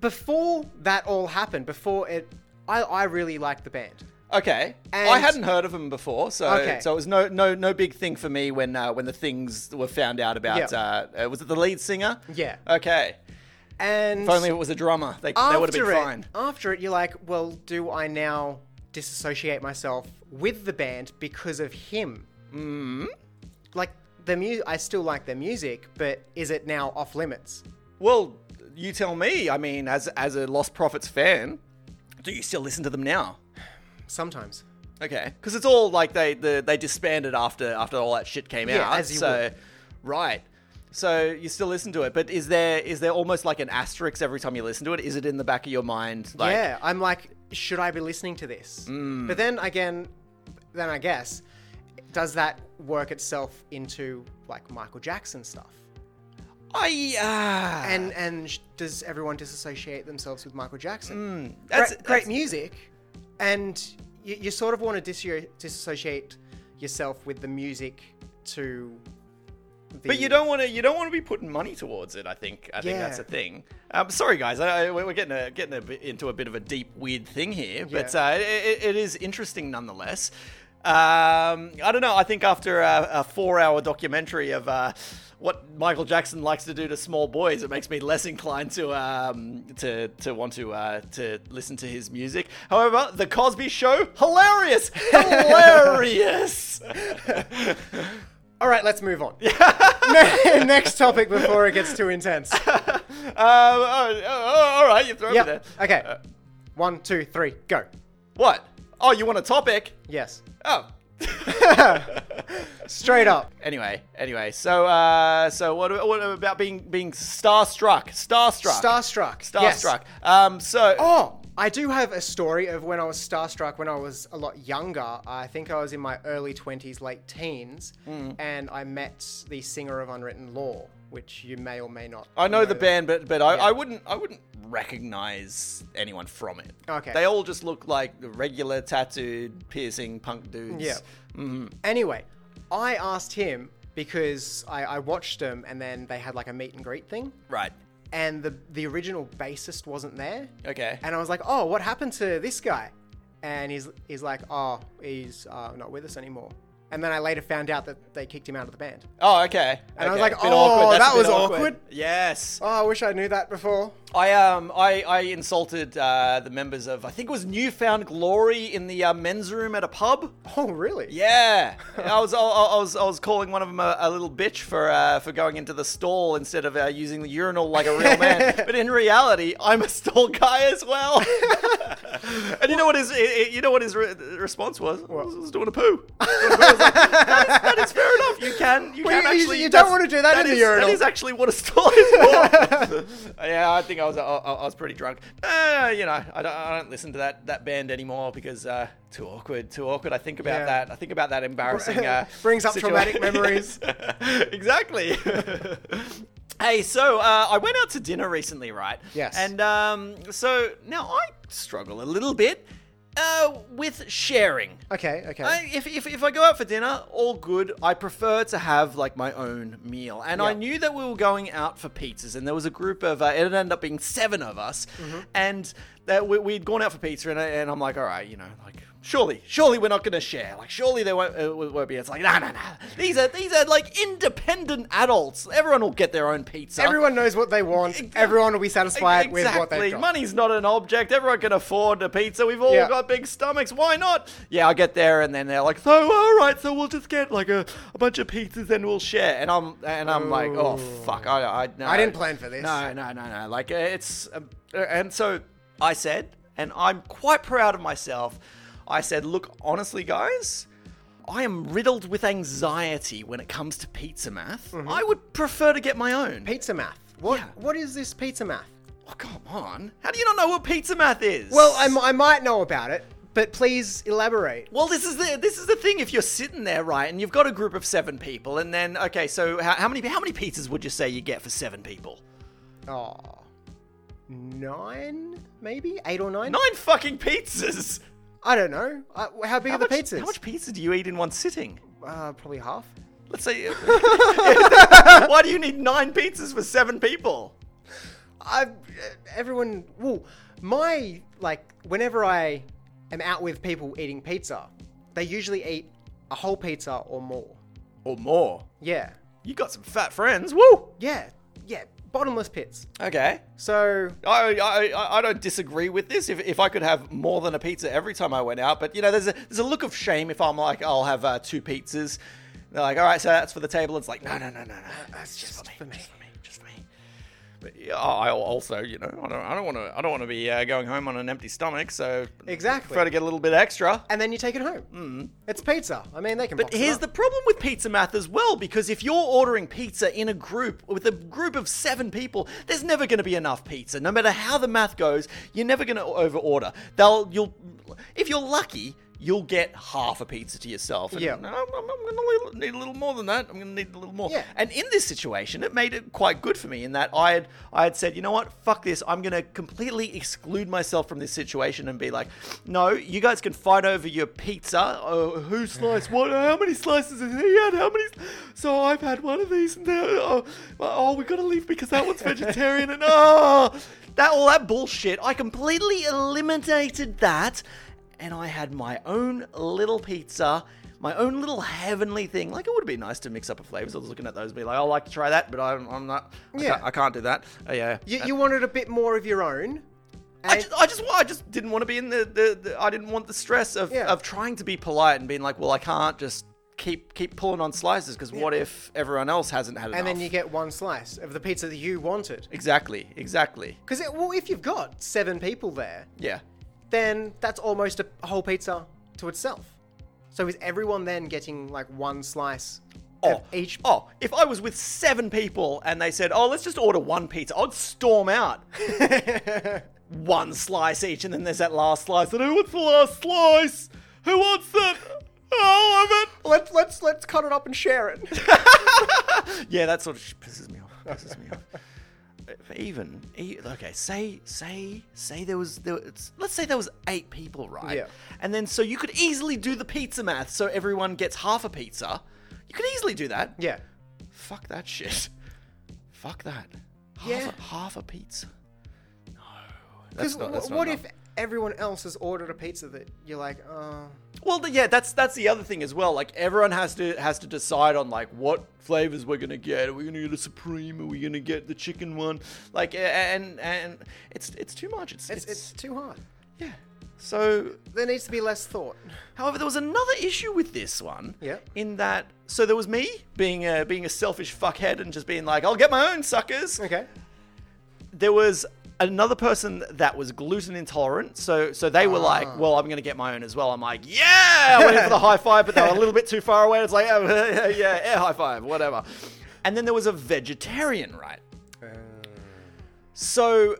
Speaker 2: before that all happened, before it, I, I really liked the band.
Speaker 1: Okay. I
Speaker 2: And-
Speaker 1: hadn't heard of him before, so
Speaker 2: Okay.
Speaker 1: so it was no no no big thing for me when uh, when the things were found out about. Uh, uh, was it the lead singer?
Speaker 2: Yeah.
Speaker 1: Okay.
Speaker 2: And
Speaker 1: If only it was a drummer. They, they would have been
Speaker 2: after it,
Speaker 1: fine.
Speaker 2: after it, you're like, well, do I now disassociate myself with the band because of him? Mm. Like the mu- I still like their music, but is it now off limits?
Speaker 1: Well, you tell me. I mean, as as a Lost Prophets fan, do you still listen to them now?
Speaker 2: Sometimes.
Speaker 1: Okay. Because it's all like they the, they disbanded after after all that shit came
Speaker 2: Yeah,
Speaker 1: out.
Speaker 2: as you
Speaker 1: so right. So you still listen to it, but is there is there almost like an asterisk every time you listen to it? Is it in the back of your mind? Like, Mm.
Speaker 2: yeah, I'm like, should I be listening to this? But then again, then I guess, does that work itself into like Michael Jackson stuff?
Speaker 1: Uh. I ah.
Speaker 2: And and sh- does everyone disassociate themselves with Michael
Speaker 1: Mm.
Speaker 2: Jackson?
Speaker 1: that's-
Speaker 2: great, great
Speaker 1: that's-
Speaker 2: music, and you, you sort of want to dis- disassociate yourself with the music to. The,
Speaker 1: But you don't want to. You don't want to be putting money towards it. I think. I think that's a
Speaker 2: Yeah.
Speaker 1: thing. Um, sorry, guys. I, I, we're getting a, getting a bit into a bit of a deep, weird thing here, but
Speaker 2: Yeah.
Speaker 1: uh, it, it is interesting nonetheless. Um, I don't know. I think after a, a four-hour documentary of uh, what Michael Jackson likes to do to small boys, it makes me less inclined to um, to to want to uh, to listen to his music. However, the Cosby Show,
Speaker 2: [laughs]
Speaker 1: hilarious, hilarious.
Speaker 2: All right, let's move on. [laughs] Ne- Next topic before it gets
Speaker 1: [laughs]
Speaker 2: too intense.
Speaker 1: um, oh, oh, all right, you throw me
Speaker 2: Yep.
Speaker 1: there. Uh,
Speaker 2: Okay. One, two, three, go.
Speaker 1: What? Oh, you want a topic?
Speaker 2: Yes.
Speaker 1: Oh. [laughs]
Speaker 2: Straight up.
Speaker 1: Anyway, anyway. So, uh, so what, what about being being starstruck? Starstruck.
Speaker 2: Starstruck. Yes.
Speaker 1: Starstruck. Um. So.
Speaker 2: Oh, I do have a story of when I was starstruck when I was a lot younger. I think I was in my early 20s, late teens,
Speaker 1: Hmm.
Speaker 2: and I met the singer of Unwritten Law, which you may or may not.
Speaker 1: I know the band, but but I, I wouldn't I wouldn't recognize anyone from it.
Speaker 2: Okay.
Speaker 1: They all just look like the regular tattooed, piercing punk dudes.
Speaker 2: Yeah.
Speaker 1: Mm-hmm.
Speaker 2: Anyway, I asked him because I, I watched them and then they had like a meet and greet thing,
Speaker 1: Right.
Speaker 2: and the, the original bassist wasn't there.
Speaker 1: Okay.
Speaker 2: And I was like, oh, what happened to this guy? And he's, he's like, oh, he's uh, not with us anymore. And then I later found out that they kicked him out of the band.
Speaker 1: oh, okay.
Speaker 2: And I was
Speaker 1: Okay.
Speaker 2: like,
Speaker 1: Bit
Speaker 2: "Oh,
Speaker 1: awkward. That's
Speaker 2: that
Speaker 1: a bit
Speaker 2: was awkward."
Speaker 1: Yes.
Speaker 2: Oh, I wish I knew that before.
Speaker 1: I um I, I insulted uh, the members of I think it was Newfound Glory in the uh, men's room at a pub.
Speaker 2: Oh, really?
Speaker 1: Yeah, I was I, I was I was calling one of them a, a little bitch for uh, for going into the stall instead of uh, using the urinal like a real
Speaker 2: [laughs]
Speaker 1: man. but in reality, I'm a stall guy as well. and you know what his i- i- you know what his re- response was? I was, I was doing a poo. I was like, that, is, that is fair enough. You can you
Speaker 2: Well,
Speaker 1: can
Speaker 2: you- you-
Speaker 1: actually
Speaker 2: you don't
Speaker 1: that's-
Speaker 2: wanna do that in the
Speaker 1: is-
Speaker 2: urinal.
Speaker 1: That is actually what a stall is for. [laughs] yeah, I think I was I, I I was pretty drunk. Uh, you know, I don't, I don't listen to that that band anymore because uh, too awkward, too awkward. I think about
Speaker 2: Yeah.
Speaker 1: that. I think about that embarrassing. Uh,
Speaker 2: [laughs] Brings up traumatic
Speaker 1: situation.
Speaker 2: memories.
Speaker 1: [laughs] exactly. [laughs] hey, so uh, I went out to dinner recently, right?
Speaker 2: Yes.
Speaker 1: And um, so now I struggle a little bit Uh, with sharing.
Speaker 2: Okay, okay.
Speaker 1: I, if, if, if I go out for dinner, all good. I prefer to have like my own meal. And I
Speaker 2: Yeah.
Speaker 1: knew that we were going out for pizzas, and there was a group of, uh, it ended up being seven of us,
Speaker 2: Mm-hmm.
Speaker 1: and that we, we'd gone out for pizza, and, I, and I'm like, all right, you know, like, surely, surely we're not going to share. Like, surely there won't, uh, won't be. It's like, no, no, no. These are, these are like independent adults. Everyone will get their own pizza.
Speaker 2: Everyone knows what they want. Everyone will be satisfied
Speaker 1: Exactly.
Speaker 2: with what they've got.
Speaker 1: Money's not an object. Everyone can afford a pizza. We've all
Speaker 2: Yeah.
Speaker 1: got big stomachs. Why not? Yeah, I get there and then they're like, so all right, so we'll just get like a, a bunch of pizzas and we'll share. And I'm and I'm like, oh fuck, I I, no,
Speaker 2: I didn't plan for this.
Speaker 1: No, no, no, no. Like uh, it's um, uh, and so I said, and I'm quite proud of myself. I said, look, honestly, guys. I am riddled with anxiety when it comes to pizza math.
Speaker 2: Mm-hmm.
Speaker 1: I would prefer to get my own.
Speaker 2: Pizza math. What?
Speaker 1: Yeah.
Speaker 2: What is this pizza math?
Speaker 1: Oh, come on. How do you not know what pizza math is?
Speaker 2: Well, I, m- I might know about it, but please elaborate.
Speaker 1: Well, this is the this is the thing. If you're sitting there, right, and you've got a group of seven people, and then okay, so how, how many how many pizzas would you say you get for seven people?
Speaker 2: Oh, nine, maybe eight or nine.
Speaker 1: Nine fucking pizzas.
Speaker 2: I don't know. Uh, how big
Speaker 1: How
Speaker 2: are the
Speaker 1: much,
Speaker 2: pizzas?
Speaker 1: How much pizza do you eat in one sitting?
Speaker 2: Uh, probably half.
Speaker 1: Let's say. [laughs] why do you need nine pizzas for seven people?
Speaker 2: I. uh, Everyone. Well, my like whenever I am out with people eating pizza, they usually eat a whole pizza or more.
Speaker 1: Or more.
Speaker 2: Yeah.
Speaker 1: You got some fat friends. Woo.
Speaker 2: Yeah. Yeah. Bottomless pits.
Speaker 1: Okay.
Speaker 2: So
Speaker 1: I, I, I- I don't disagree with this. If, if I could have more than a pizza every time I went out, but you know, there's a there's a look of shame if I'm like, I'll have uh, two pizzas. They're like, all right, so that's for the table. It's like, no, no, no, no, no,
Speaker 2: uh,
Speaker 1: that's just, for me, just for me, just for me. But yeah, I I also, you know, I don't, I don't want to, I don't want to be uh, going home on an empty stomach. So
Speaker 2: Exactly.
Speaker 1: try to get a little bit extra.
Speaker 2: and then you take it home. Mm. It's pizza. I mean, they can.
Speaker 1: Mm-hmm. But here's the problem with pizza math as well, because if you're ordering pizza in a group with a group of seven people, there's never going to be enough pizza. No matter how the math goes, you're never going to overorder. They'll you'll if you're lucky, you'll get half a pizza to yourself. And
Speaker 2: Yeah.
Speaker 1: I'm, going to need a little more than that. I'm going to need a little more.
Speaker 2: Yeah.
Speaker 1: And in this situation, it made it quite good for me in that I had I had said, you know what, fuck this. I'm gonna completely exclude myself from this situation and be like, no, you guys can fight over your pizza. Uh, who sliced what? How many slices has he had? How many? So I've had one of these, and the- oh, oh, we gotta leave because that one's vegetarian, and oh, that all that bullshit. I completely eliminated that, and I had my own little pizza my own little heavenly thing. Like it would be nice to mix up a flavors. I was looking at those, and be like, I like to try that, but I'm, I'm not. I
Speaker 2: Yeah.
Speaker 1: can't, I can't do that. Uh, yeah.
Speaker 2: You, you wanted a bit more of your own.
Speaker 1: I
Speaker 2: and-
Speaker 1: just, I just, wa- I just didn't want to be in the, the, the I didn't want the stress of,
Speaker 2: Yeah.
Speaker 1: of trying to be polite and being like, well, I can't just keep keep pulling on slices because what if everyone else hasn't had enough?
Speaker 2: and then you get one slice of the pizza that you wanted.
Speaker 1: exactly, exactly,
Speaker 2: Because well, if you've got seven people there,
Speaker 1: yeah.
Speaker 2: then that's almost a whole pizza to itself. So is everyone then getting like one slice of
Speaker 1: Oh,
Speaker 2: each?
Speaker 1: oh, if I was with seven people and they said, oh, let's just order one pizza, I'd storm
Speaker 2: [laughs]
Speaker 1: out. one slice each, and then there's that last slice. And who wants the last slice? Who wants it? Oh,
Speaker 2: Let's let's let's cut it up and share it.
Speaker 1: [laughs] I'm it. Yeah, that sort of sh- pisses me off. Pisses me off. If Even, e- okay. Say, say, say there was there. Was, let's say there was eight people, right?
Speaker 2: Yeah.
Speaker 1: And then so you could easily do the pizza math, so everyone gets half a pizza. You could easily do that.
Speaker 2: yeah.
Speaker 1: Fuck that shit. [laughs] Fuck that. Half,
Speaker 2: Yeah.
Speaker 1: a, half a pizza. No.
Speaker 2: Because
Speaker 1: That's not, that's not
Speaker 2: what
Speaker 1: enough.
Speaker 2: if everyone else has ordered a pizza that you're like, oh,
Speaker 1: Well, th- yeah, that's that's the other thing as well. Like everyone has to has to decide on like what flavors we're gonna get. Are we gonna get a supreme? Are we gonna get the chicken one? Like a- and and it's it's too much. It's
Speaker 2: it's
Speaker 1: it's,
Speaker 2: it's too hard.
Speaker 1: yeah. So,
Speaker 2: There needs to be less thought.
Speaker 1: however, there was another issue with this one.
Speaker 2: Yeah.
Speaker 1: In that, so there was me being a being a selfish fuckhead and just being like, I'll get my own
Speaker 2: [laughs]
Speaker 1: suckers.
Speaker 2: Okay.
Speaker 1: there was another person that was gluten intolerant, so so they were like, "Well, I'm going to get my own as well." I'm like, "Yeah!" I went in for the high five, but they were a little bit too far away. It's like, oh, [laughs] "Yeah, air high five, whatever." And then there was a vegetarian, right? So,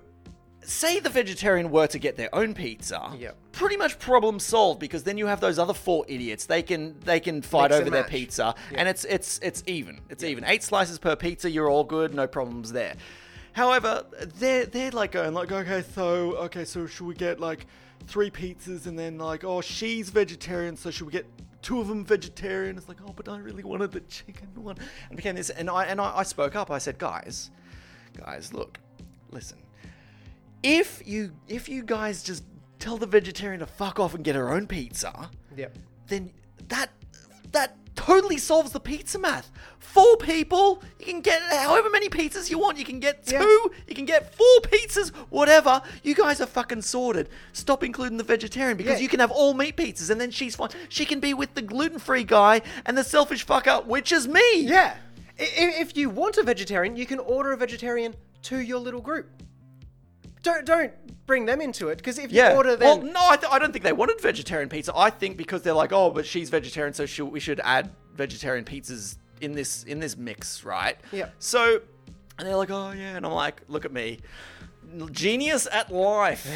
Speaker 1: say the vegetarian were to get their own pizza,
Speaker 2: Yep.
Speaker 1: pretty much problem solved because then you have those other four idiots. They can they can fight
Speaker 2: Mix and
Speaker 1: over their
Speaker 2: match.
Speaker 1: pizza, and it's it's it's even. It's even. Eight slices per pizza, you're all good, no problems there. However, they're they're like going like, okay, so okay, so should we get like three pizzas and then like, oh, she's vegetarian, so should we get two of them vegetarian? It's like, oh, but I really wanted the chicken one. And became this, and I and I, I spoke up. I said, guys, guys, look, listen. If you if you guys just tell the vegetarian to fuck off and get her own pizza,
Speaker 2: Yep.
Speaker 1: then that that totally solves the pizza math. Four people, you can get however many pizzas you want. You can get two,
Speaker 2: Yeah.
Speaker 1: you can get four pizzas, whatever. You guys are fucking sorted. Stop including the vegetarian because
Speaker 2: Yeah.
Speaker 1: you can have all meat pizzas and then she's fine. She can be with the gluten free guy and the selfish fucker, which is me.
Speaker 2: Yeah. I- i- If you want a vegetarian, you can order a vegetarian to your little group. Don't don't bring them into it because if you order them,
Speaker 1: Well, no, I, th- I don't think they wanted vegetarian pizza. I think because they're like, oh, but she's vegetarian, so she- we should add vegetarian pizzas in this in this mix, right?
Speaker 2: Yeah.
Speaker 1: So, and they're like, oh yeah, and I'm like, look at me, genius at life.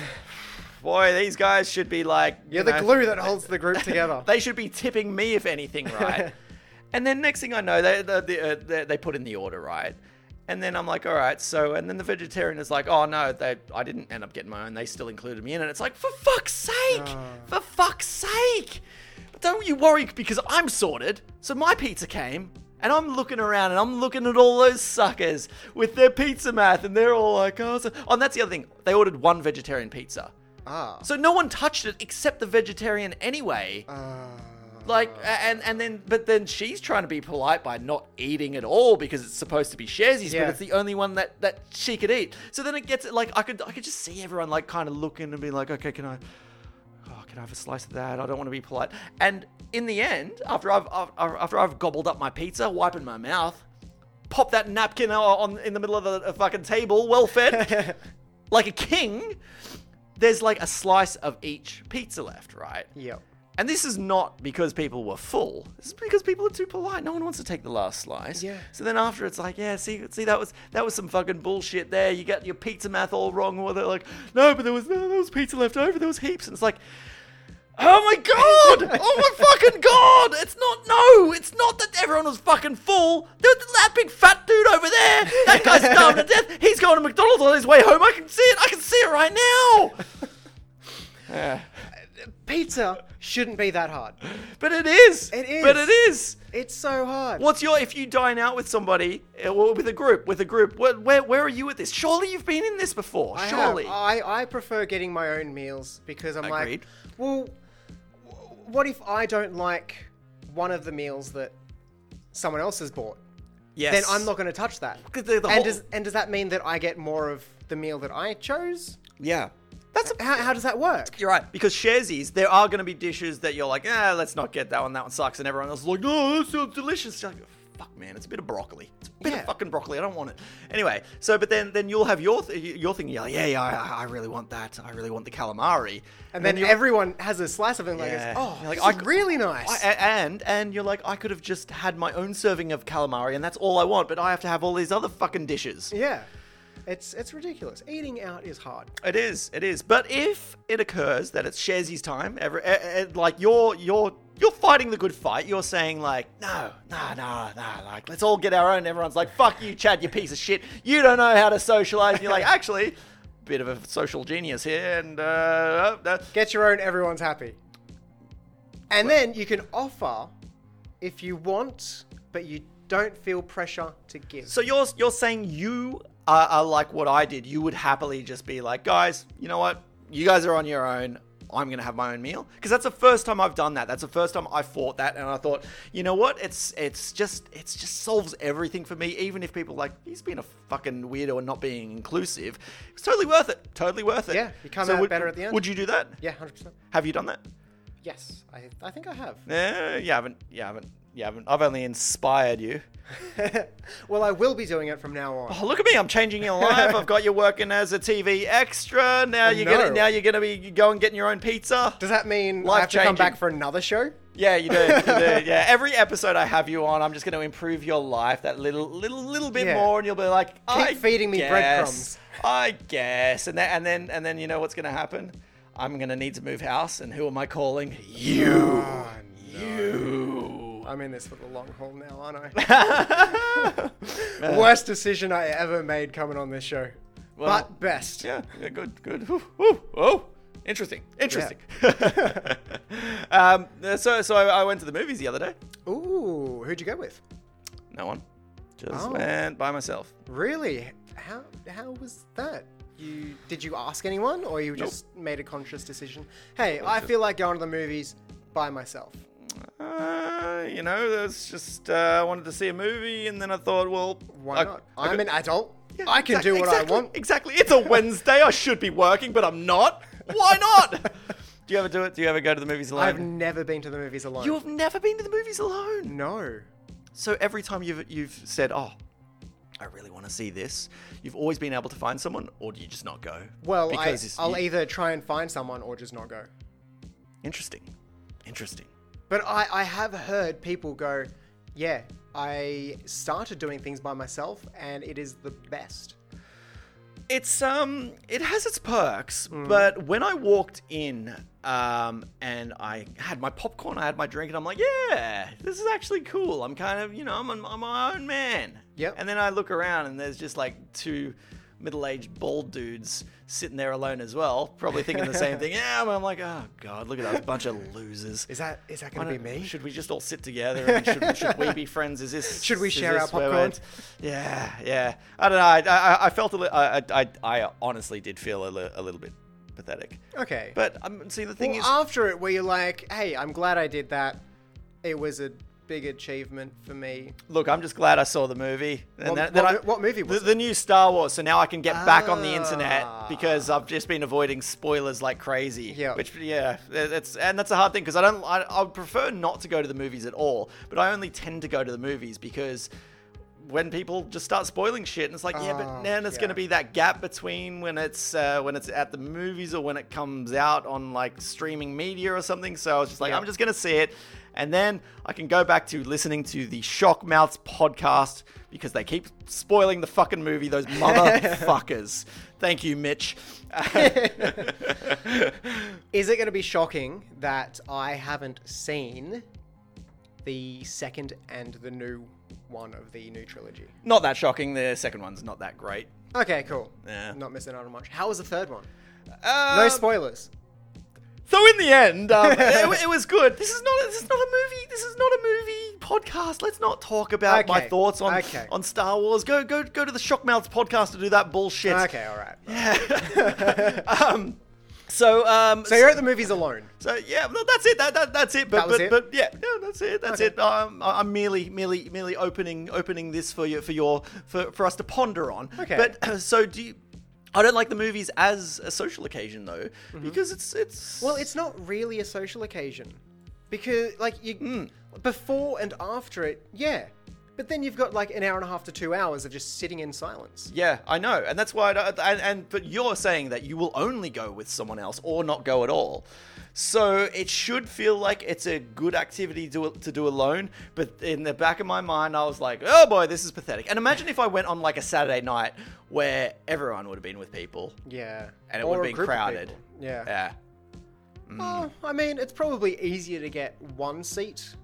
Speaker 1: [sighs] Boy, these guys should be like,
Speaker 2: you're
Speaker 1: you
Speaker 2: the
Speaker 1: know,
Speaker 2: glue that holds the group together.
Speaker 1: [laughs] They should be tipping me if anything, right? and then next thing I know, they they, they, uh, they they put in the order, right? And then I'm like, all right, so and then the vegetarian is like, oh no, they I didn't end up getting my own. They still included me in, and it's like, for fuck's sake, for fuck's sake! But don't you worry because I'm sorted. So my pizza came. And I'm looking around and I'm looking at all those suckers with their pizza math, and they're all like, oh, so... oh and that's the other thing. They ordered one vegetarian pizza.
Speaker 2: ah.
Speaker 1: So no one touched it except the vegetarian anyway. Like
Speaker 2: Uh.
Speaker 1: a- and and then but then she's trying to be polite by not eating at all because it's supposed to be sharesies,
Speaker 2: Yeah.
Speaker 1: but it's the only one that that she could eat. So then it gets like I could I could just see everyone like kind of looking and being like, okay, can I? Oh, can I have a slice of that? I don't want to be polite. And in the end, after I've after after I've gobbled up my pizza, wiping my mouth, pop that napkin on in the middle of the fucking table, well
Speaker 2: [laughs]
Speaker 1: fed, like a king. There's like a slice of each pizza left, right?
Speaker 2: Yep.
Speaker 1: And this is not because people were full. This is because people are too polite. No one wants to take the last slice.
Speaker 2: Yeah.
Speaker 1: So then after it's like, yeah, see, see, that was that was some fucking bullshit there. You got your pizza math all wrong. Or they're like, no, but there was no, there was pizza left over. There was heaps. And it's like, oh my god, oh my fucking god. It's not no, it's not that everyone was fucking full. There was that big fat dude over there. That guy's starving to death. He's going to McDonald's on his way home. I can see it. I can see it right now. Yeah.
Speaker 2: Pizza shouldn't be that hard.
Speaker 1: But it is.
Speaker 2: It is.
Speaker 1: But it is.
Speaker 2: It's so hard.
Speaker 1: What's your if you dine out with somebody uh, or with a group with a group? Where where, where are you at this? Surely you've been in this before.
Speaker 2: I have. uh,
Speaker 1: surely.
Speaker 2: I, I prefer getting my own meals because I'm
Speaker 1: Agreed.
Speaker 2: like, well, w- what if I don't like one of the meals that someone else has bought?
Speaker 1: yes.
Speaker 2: Then I'm not going to touch that.
Speaker 1: 'Cause the- the
Speaker 2: and
Speaker 1: whole-
Speaker 2: does and does that mean that I get more of the meal that I chose?
Speaker 1: Yeah. That's a,
Speaker 2: How, how does that work?
Speaker 1: you're right because sharesies there are going to be dishes that you're like ah let's not get that one that one sucks and everyone else is like no that sounds delicious. You're like fuck man it's a bit of broccoli. It's a bit
Speaker 2: Yeah.
Speaker 1: of fucking broccoli. I don't want it. Anyway so but then then you'll have your th- your thing. You're like, yeah yeah I, I really want that. I really want the calamari.
Speaker 2: And then,
Speaker 1: you're-
Speaker 2: everyone has a slice of it and like,
Speaker 1: Yeah.
Speaker 2: oh,
Speaker 1: You're like,
Speaker 2: this
Speaker 1: I
Speaker 2: is
Speaker 1: c-
Speaker 2: really nice.
Speaker 1: I, a- and and you're like, I could have just had my own serving of calamari, and that's all I want. But I have to have all these other fucking dishes.
Speaker 2: yeah, it's it's ridiculous. Eating out is hard.
Speaker 1: It is, it is. But if it occurs that it's Shazzy's time, every, e- e- like you're you're you're fighting the good fight. You're saying like, no, no, no, no. Like, let's all get our own. Everyone's like, fuck you, Chad, you piece of shit. You don't know how to socialize. And you're like, actually, bit of a social genius here, and uh, uh,
Speaker 2: Get your own, everyone's happy. And then you can offer if you want, but you don't feel pressure to give.
Speaker 1: So you're you're saying you are, are like what I did. You would happily just be like, guys, you know what? You guys are on your own. I'm gonna have my own meal because that's the first time I've done that. That's the first time I fought that, and I thought, you know what? It's it's just it's just solves everything for me. Even if people are like he's been a fucking weirdo and not being inclusive, it's totally worth it. Totally worth it.
Speaker 2: Yeah, you come out
Speaker 1: would,
Speaker 2: better at the end.
Speaker 1: Would you do that?
Speaker 2: yeah, hundred percent.
Speaker 1: Have you done that?
Speaker 2: Yes, I, I think I
Speaker 1: [laughs]
Speaker 2: have.
Speaker 1: No, you haven't. You haven't. You haven't. I've only inspired you.
Speaker 2: well, I will be doing it from now on.
Speaker 1: Oh, look at me! I'm changing your life. I've got you working as a TV extra. Now you're
Speaker 2: No.
Speaker 1: gonna now you're gonna be going getting your own pizza.
Speaker 2: Does that mean I
Speaker 1: Life
Speaker 2: have to come back
Speaker 1: changing.
Speaker 2: for another show?
Speaker 1: Yeah, you do. you do. [laughs] Yeah, every episode I have you on, I'm just gonna improve your life that little little little bit
Speaker 2: Yeah.
Speaker 1: more, and you'll be like, keep I
Speaker 2: feeding me
Speaker 1: guess,
Speaker 2: breadcrumbs."
Speaker 1: I guess, and then and then and then you know what's gonna happen? Oh, I'm gonna need to move house, and who am I calling? You, you.
Speaker 2: I'm in this for the long haul now, aren't I?
Speaker 1: [laughs]
Speaker 2: Worst decision I ever made coming on this show,
Speaker 1: Well-
Speaker 2: but best.
Speaker 1: Yeah, yeah, good, good. Whew, whew, oh, interesting, interesting. [laughs] um, uh, so, so I, I went to the movies the other day.
Speaker 2: Ooh, who'd you go with?
Speaker 1: No one, just
Speaker 2: Oh.
Speaker 1: went by myself.
Speaker 2: Really? How how was that? You did you ask anyone, or you
Speaker 1: Nope.
Speaker 2: just made a conscious decision? Hey, I feel like going to the movies by myself.
Speaker 1: Uh, you know, that's just uh, I wanted to see a movie, and then I thought, well,
Speaker 2: Why
Speaker 1: I-
Speaker 2: not?
Speaker 1: I
Speaker 2: I'm
Speaker 1: got-
Speaker 2: an adult.
Speaker 1: Yeah,
Speaker 2: I can
Speaker 1: exac-
Speaker 2: do what
Speaker 1: exactly,
Speaker 2: I want.
Speaker 1: Exactly. It's a Wednesday. I should be working, but I'm not. Why
Speaker 2: [laughs]
Speaker 1: not? do you ever do it? Do you ever go to the movies alone?
Speaker 2: I've never been to the movies alone.
Speaker 1: you have never been to the movies alone.
Speaker 2: no.
Speaker 1: So every time you've you've said, "Oh, I really want to see this," you've always been able to find someone, or do you just not go?
Speaker 2: Well, I,
Speaker 1: it's-
Speaker 2: I'll
Speaker 1: you-
Speaker 2: either try and find someone or just not go.
Speaker 1: interesting, interesting.
Speaker 2: But I, I have heard people go, yeah, I started doing things by myself and it is the best.
Speaker 1: It's um, it has its perks, but when I walked in, um, and I had my popcorn, I had my drink, and I'm like, "Yeah, this is actually cool." I'm kind of, you know, I'm I'm, I'm my own man.
Speaker 2: Yep.
Speaker 1: And then I look around, and there's just like two middle-aged bald dudes sitting there alone as well, probably thinking the same thing. Yeah, I'm like, "Oh God, look at that bunch of losers."
Speaker 2: Is that is that
Speaker 1: Why
Speaker 2: going to be
Speaker 1: don't-
Speaker 2: me?
Speaker 1: Should we just all sit together? And should, should we
Speaker 2: [laughs]
Speaker 1: be friends? Is this?
Speaker 2: Should we
Speaker 1: is
Speaker 2: share our
Speaker 1: this where
Speaker 2: popcorn?
Speaker 1: we're- Yeah, yeah. I don't know. I, I, I felt a li- I, I, I I honestly did feel a, li- a little bit pathetic.
Speaker 2: Okay.
Speaker 1: But um, see, the thing
Speaker 2: Well,
Speaker 1: is,
Speaker 2: after it, were you like, hey, I'm glad I did that. It was a big achievement for me.
Speaker 1: look, I'm just glad I saw the movie. And
Speaker 2: What-
Speaker 1: then- then
Speaker 2: what
Speaker 1: I-
Speaker 2: mo- what movie was
Speaker 1: the, the new Star Wars. So now I can get back on the internet
Speaker 2: Ah.
Speaker 1: because I've just been avoiding spoilers like crazy.
Speaker 2: Yeah.
Speaker 1: Which yeah, that's and that's a hard thing because I don't. I, I would prefer not to go to the movies at all. But I only tend to go to the movies because. When people just start spoiling shit, and it's like, yeah,
Speaker 2: Oh,
Speaker 1: but then it's
Speaker 2: yeah.
Speaker 1: going to be that gap between when it's uh, when it's at the movies or when it comes out on like streaming media or something. So I was just like,
Speaker 2: Yeah.
Speaker 1: I'm just going to see it, and then I can go back to listening to the Shock Mouths podcast because they keep spoiling the fucking movie.
Speaker 2: [laughs]
Speaker 1: Those motherfuckers. Thank you, Mitch. Uh,
Speaker 2: Is it going to be shocking that I haven't seen the second and the new one of the new trilogy?
Speaker 1: not that shocking. The second one's not that great.
Speaker 2: Okay, cool.
Speaker 1: Yeah.
Speaker 2: Not missing out on much. How was the third one?
Speaker 1: Uh,
Speaker 2: No spoilers.
Speaker 1: So in the end, um, [laughs] it, it was good. This is not. This is not a movie. This is not a movie podcast. Let's not talk about my
Speaker 2: Okay,
Speaker 1: thoughts on
Speaker 2: okay.
Speaker 1: on Star Wars. Go go go to the Shock Mouths podcast to do that bullshit.
Speaker 2: Okay, all right.
Speaker 1: um, so um,
Speaker 2: So you're at the movies alone.
Speaker 1: so yeah, well, that's it. That, that that's it. But
Speaker 2: That was
Speaker 1: but,
Speaker 2: it?
Speaker 1: but yeah, no, that's it. That's
Speaker 2: Okay.
Speaker 1: it. Um, I- I'm merely merely merely opening opening this for you for your for, for us to ponder on.
Speaker 2: Okay.
Speaker 1: But [clears throat] uh, so do you? I don't like the movies as a social occasion though, because it's it's
Speaker 2: Mm-hmm. Well, it's not really a social occasion. Because, like, you.
Speaker 1: Hmm.
Speaker 2: Before and after it, yeah. But then you've got, like, an hour and a half to two hours of just sitting in silence.
Speaker 1: yeah, I know, and that's why. I, don't- and, and but you're saying that you will only go with someone else or not go at all. So it should feel like it's a good activity to, to do alone. But in the back of my mind, I was like, oh boy, this is pathetic. And imagine if I went on like a Saturday night where everyone would have been with people
Speaker 2: Yeah.
Speaker 1: and it
Speaker 2: Or
Speaker 1: would
Speaker 2: a
Speaker 1: have been
Speaker 2: group of
Speaker 1: crowded.
Speaker 2: people. Yeah.
Speaker 1: Yeah. Hmm.
Speaker 2: Well, I mean, it's probably easier to get one seat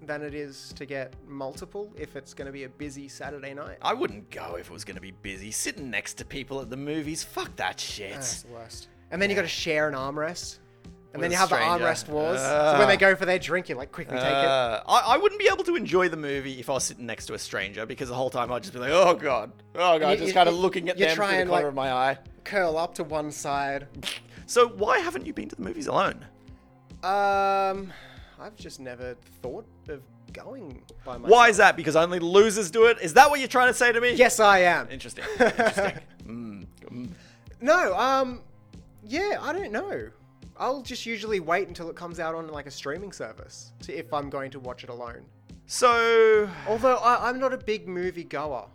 Speaker 2: than it is to get multiple if it's going to be a busy Saturday night.
Speaker 1: I wouldn't go if it was going to be busy. Sitting next to people at the movies, fuck that shit.
Speaker 2: That's Ah, the worst. And then you got to share an armrest. And
Speaker 1: With
Speaker 2: then
Speaker 1: a
Speaker 2: you have
Speaker 1: stranger.
Speaker 2: the armrest wars. so
Speaker 1: Ugh.
Speaker 2: when they go for their drink, you like quickly take it.
Speaker 1: Uh, I, I wouldn't be able to enjoy the movie if I was sitting next to a stranger because the whole time I'd just be like, oh god, oh god,
Speaker 2: you-
Speaker 1: just
Speaker 2: you-
Speaker 1: kind of
Speaker 2: you-
Speaker 1: looking at
Speaker 2: you
Speaker 1: them through
Speaker 2: try
Speaker 1: the corner
Speaker 2: and, like-
Speaker 1: of my eye.
Speaker 2: Curl up to one side.
Speaker 1: So why haven't you been to the movies alone?
Speaker 2: Um, I've just never thought of going by myself.
Speaker 1: Why is that? Because only losers do it. Is that what you're trying to say to me?
Speaker 2: Yes, I am.
Speaker 1: Interesting.
Speaker 2: [laughs]
Speaker 1: Interesting. Mm, mm.
Speaker 2: No, um, yeah, I don't know. I'll just usually wait until it comes out on like a streaming service to if I'm going to watch it alone.
Speaker 1: So
Speaker 2: Although I, I'm not a big movie goer.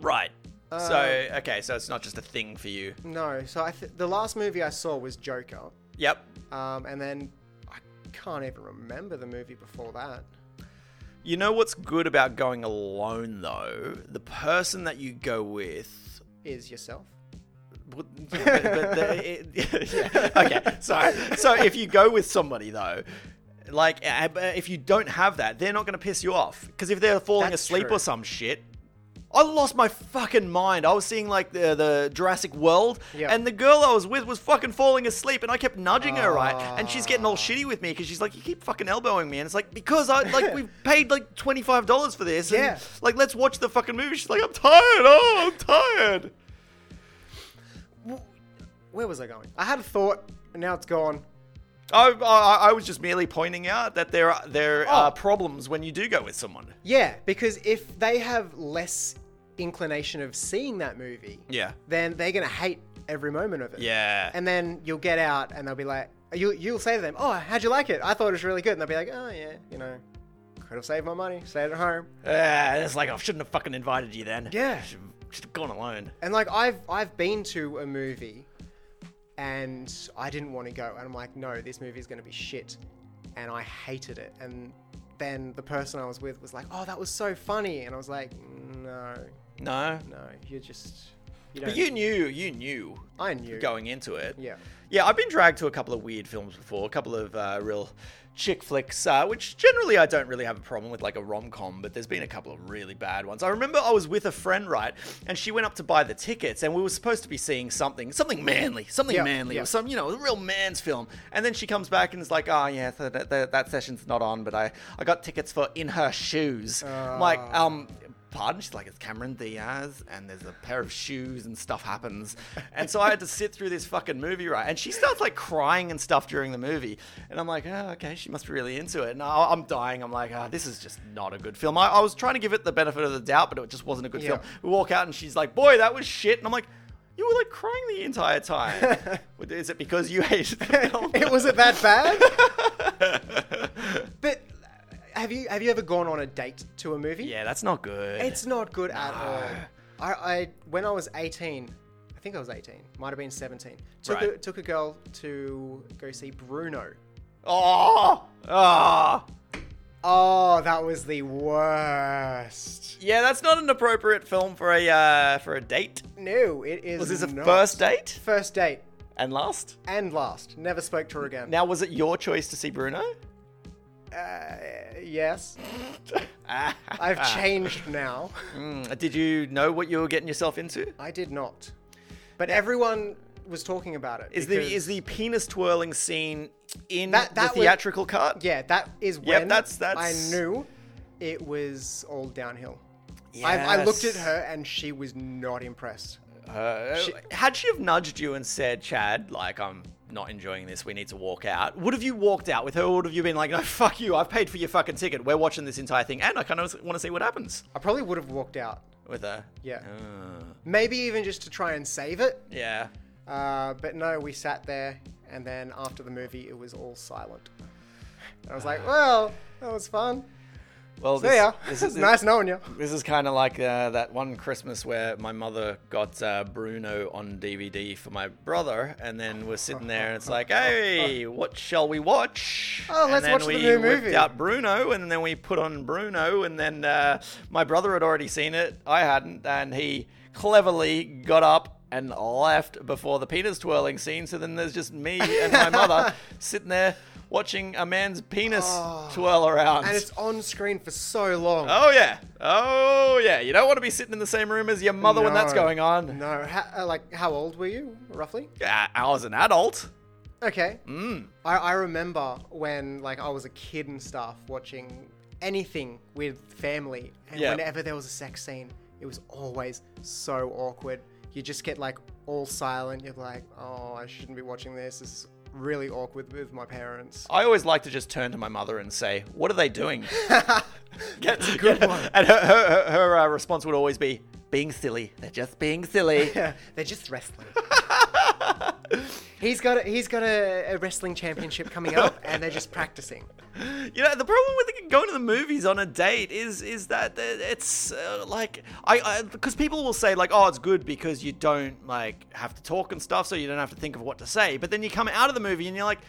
Speaker 1: right. so
Speaker 2: Uh,
Speaker 1: okay, so it's not just a thing for you.
Speaker 2: No, so I th- the last movie I saw was Joker,
Speaker 1: Yep.
Speaker 2: um, and then I can't even remember the movie before that.
Speaker 1: You know what's good about going alone though? The person that you go with
Speaker 2: Is yourself?
Speaker 1: Well, [laughs] yeah, but- but the- it- yeah, okay, so so if you go with somebody though, Like, uh, uh, if you don't have that, they're not going to piss you off. Because if they're falling
Speaker 2: That's
Speaker 1: asleep
Speaker 2: true.
Speaker 1: or some shit, I lost my fucking mind. I was seeing like the the Jurassic World,
Speaker 2: Yeah.
Speaker 1: and the girl I was with was fucking falling asleep, and I kept nudging her right, and she's getting
Speaker 2: Ah.
Speaker 1: all shitty with me because she's like, "You keep fucking elbowing me," and it's like because I
Speaker 2: [laughs]
Speaker 1: like we paid like twenty five dollars for this,
Speaker 2: Yeah.
Speaker 1: and like let's watch the fucking movie. She's like, "I'm tired. Oh, I'm tired."
Speaker 2: Where was I going? I had a thought, and now it's gone.
Speaker 1: I, I, I was just merely pointing out that there are there
Speaker 2: Oh.
Speaker 1: are problems when you do go with someone.
Speaker 2: Yeah, because if they have less inclination of seeing that movie,
Speaker 1: Yeah.
Speaker 2: then they're gonna hate every moment of it.
Speaker 1: Yeah.
Speaker 2: And then you'll get out, and they'll be like, you you'll say to them, "Oh, how'd you like it? I thought it was really good." And they'll be like, "Oh yeah, you know, could have saved my money, stayed at home."
Speaker 1: Ah, it's like I shouldn't have fucking invited you then.
Speaker 2: Yeah.
Speaker 1: Should- should have gone alone.
Speaker 2: And like I've I've been to a movie and I didn't want to go and I'm like, no, this movie is gonna be shit. And I hated it. And then the person I was with was like, Oh, that was so funny and I was like, No,
Speaker 1: No.
Speaker 2: no, you're just you
Speaker 1: But
Speaker 2: don't
Speaker 1: you knew, you knew
Speaker 2: I knew
Speaker 1: going into it.
Speaker 2: Yeah.
Speaker 1: Yeah, I've been dragged to a couple of weird films before, a couple of uh, real chick flicks, uh, which generally I don't really have a problem with, like a rom com, but there's been a couple of really bad ones. I remember I was with a friend, right, and she went up to buy the tickets, and we were supposed to be seeing something, something manly, something
Speaker 2: Yeah,
Speaker 1: manly,
Speaker 2: yeah.
Speaker 1: or some, you know, a real man's film. And then she comes back and is like, oh, yeah, th- th- th- that session's not on, but I, I got tickets for In Her Shoes. I'm like, um, pardon? She's like, it's Cameron Diaz, and there's a pair of shoes, and stuff happens. And so I had to sit through this fucking movie, right? And she starts like crying and stuff during the movie. And I'm like, oh, okay, she must be really into it. And I, I'm dying. I'm like, oh, this is just not a good film. I, I was trying to give it the benefit of the doubt, but it just wasn't a good
Speaker 2: Yeah.
Speaker 1: film. We walk out, and she's like, boy, that was shit. And I'm like, you were like crying the entire [laughs] time. is it because you hated the [laughs] film?
Speaker 2: [laughs] it was it that bad?
Speaker 1: [laughs]
Speaker 2: but uh, have you have you ever gone on a date to a movie?
Speaker 1: Yeah, that's not good.
Speaker 2: It's not good at all. I, I when I was 18, I think I was 18, might have been 17. Took a,
Speaker 1: Right.
Speaker 2: took a girl to go see Bruno.
Speaker 1: oh, oh.
Speaker 2: Oh, that was the worst.
Speaker 1: Yeah, that's not an appropriate film for a uh, for a date.
Speaker 2: No, it is.
Speaker 1: Was this a
Speaker 2: not.
Speaker 1: first date
Speaker 2: First date
Speaker 1: and last?
Speaker 2: and last. Never spoke to her again.
Speaker 1: Now, was it your choice to see Bruno?
Speaker 2: Uh,
Speaker 1: [laughs]
Speaker 2: yes,
Speaker 1: Ah.
Speaker 2: I've changed now.
Speaker 1: Mm, Did you know what you were getting yourself into?
Speaker 2: I did not, but everyone was talking about it.
Speaker 1: Is
Speaker 2: because-
Speaker 1: the is the penis twirling scene in
Speaker 2: That- that
Speaker 1: the
Speaker 2: was-
Speaker 1: theatrical cut?
Speaker 2: Yeah, that is when
Speaker 1: that's- that's-
Speaker 2: I knew it was all downhill. I, I looked at
Speaker 1: Yes.
Speaker 2: her and she was not impressed.
Speaker 1: Uh, had she have nudged you and said, "Chad, like I'm not enjoying this. We need to walk out." Would have you walked out with her, or would have you been like, "No, [laughs] fuck you. I've paid for your fucking ticket. We're watching this entire thing, and I kind of want to see what happens
Speaker 2: I probably would have walked out.
Speaker 1: with her."
Speaker 2: Yeah.
Speaker 1: Uh,
Speaker 2: Maybe even just to try and save it.
Speaker 1: yeah.
Speaker 2: Uh, but no, we sat there and then after the movie, it was all silent. I was like, well, that was fun.
Speaker 1: Well,
Speaker 2: There you are. [laughs]
Speaker 1: this
Speaker 2: it's
Speaker 1: Ah. is
Speaker 2: nice knowing you.
Speaker 1: This is kind of like uh, that one Christmas where my mother got uh, Bruno on DVD for my brother, and then we're sitting there, and it's like, "Hey, what shall we watch?"
Speaker 2: Oh,
Speaker 1: And
Speaker 2: let's
Speaker 1: then
Speaker 2: watch the
Speaker 1: we
Speaker 2: new
Speaker 1: whipped
Speaker 2: movie.
Speaker 1: out Bruno, and then we put on Bruno, and then uh, my brother had already seen it, I hadn't, and he cleverly got up. And left before the penis twirling scene. So then there's just me and my
Speaker 2: [laughs]
Speaker 1: mother sitting there watching a man's penis twirl around.
Speaker 2: Oh. And it's on screen for so long.
Speaker 1: Oh yeah. Oh yeah. You don't want to be sitting in the same room as your mother when that's
Speaker 2: No.
Speaker 1: going on.
Speaker 2: No, how, uh, like, how old were you, roughly?
Speaker 1: Yeah, I was an adult.
Speaker 2: Okay.
Speaker 1: Mm.
Speaker 2: I, I remember when like I was a kid and stuff watching anything with family, and
Speaker 1: Yeah.
Speaker 2: whenever there was a sex scene, it was always so awkward. You just get like all silent. You're like, oh, I shouldn't be watching this. This is really awkward with my parents.
Speaker 1: I always like to just turn to my mother and say, "What are they doing?" Get- get- And her her, her, her uh, response would always be, "Being silly. They're just being silly."
Speaker 2: They're just
Speaker 1: [laughs]
Speaker 2: wrestling. he's got a, he's got a, a wrestling championship coming up, and they're just practicing.
Speaker 1: You know, the problem with going to the movies on a date is is that it's uh, like I because people will say like, oh, it's good because you don't like have to talk and stuff, so you don't have to think of what to say. But then you come out of the movie and you're like.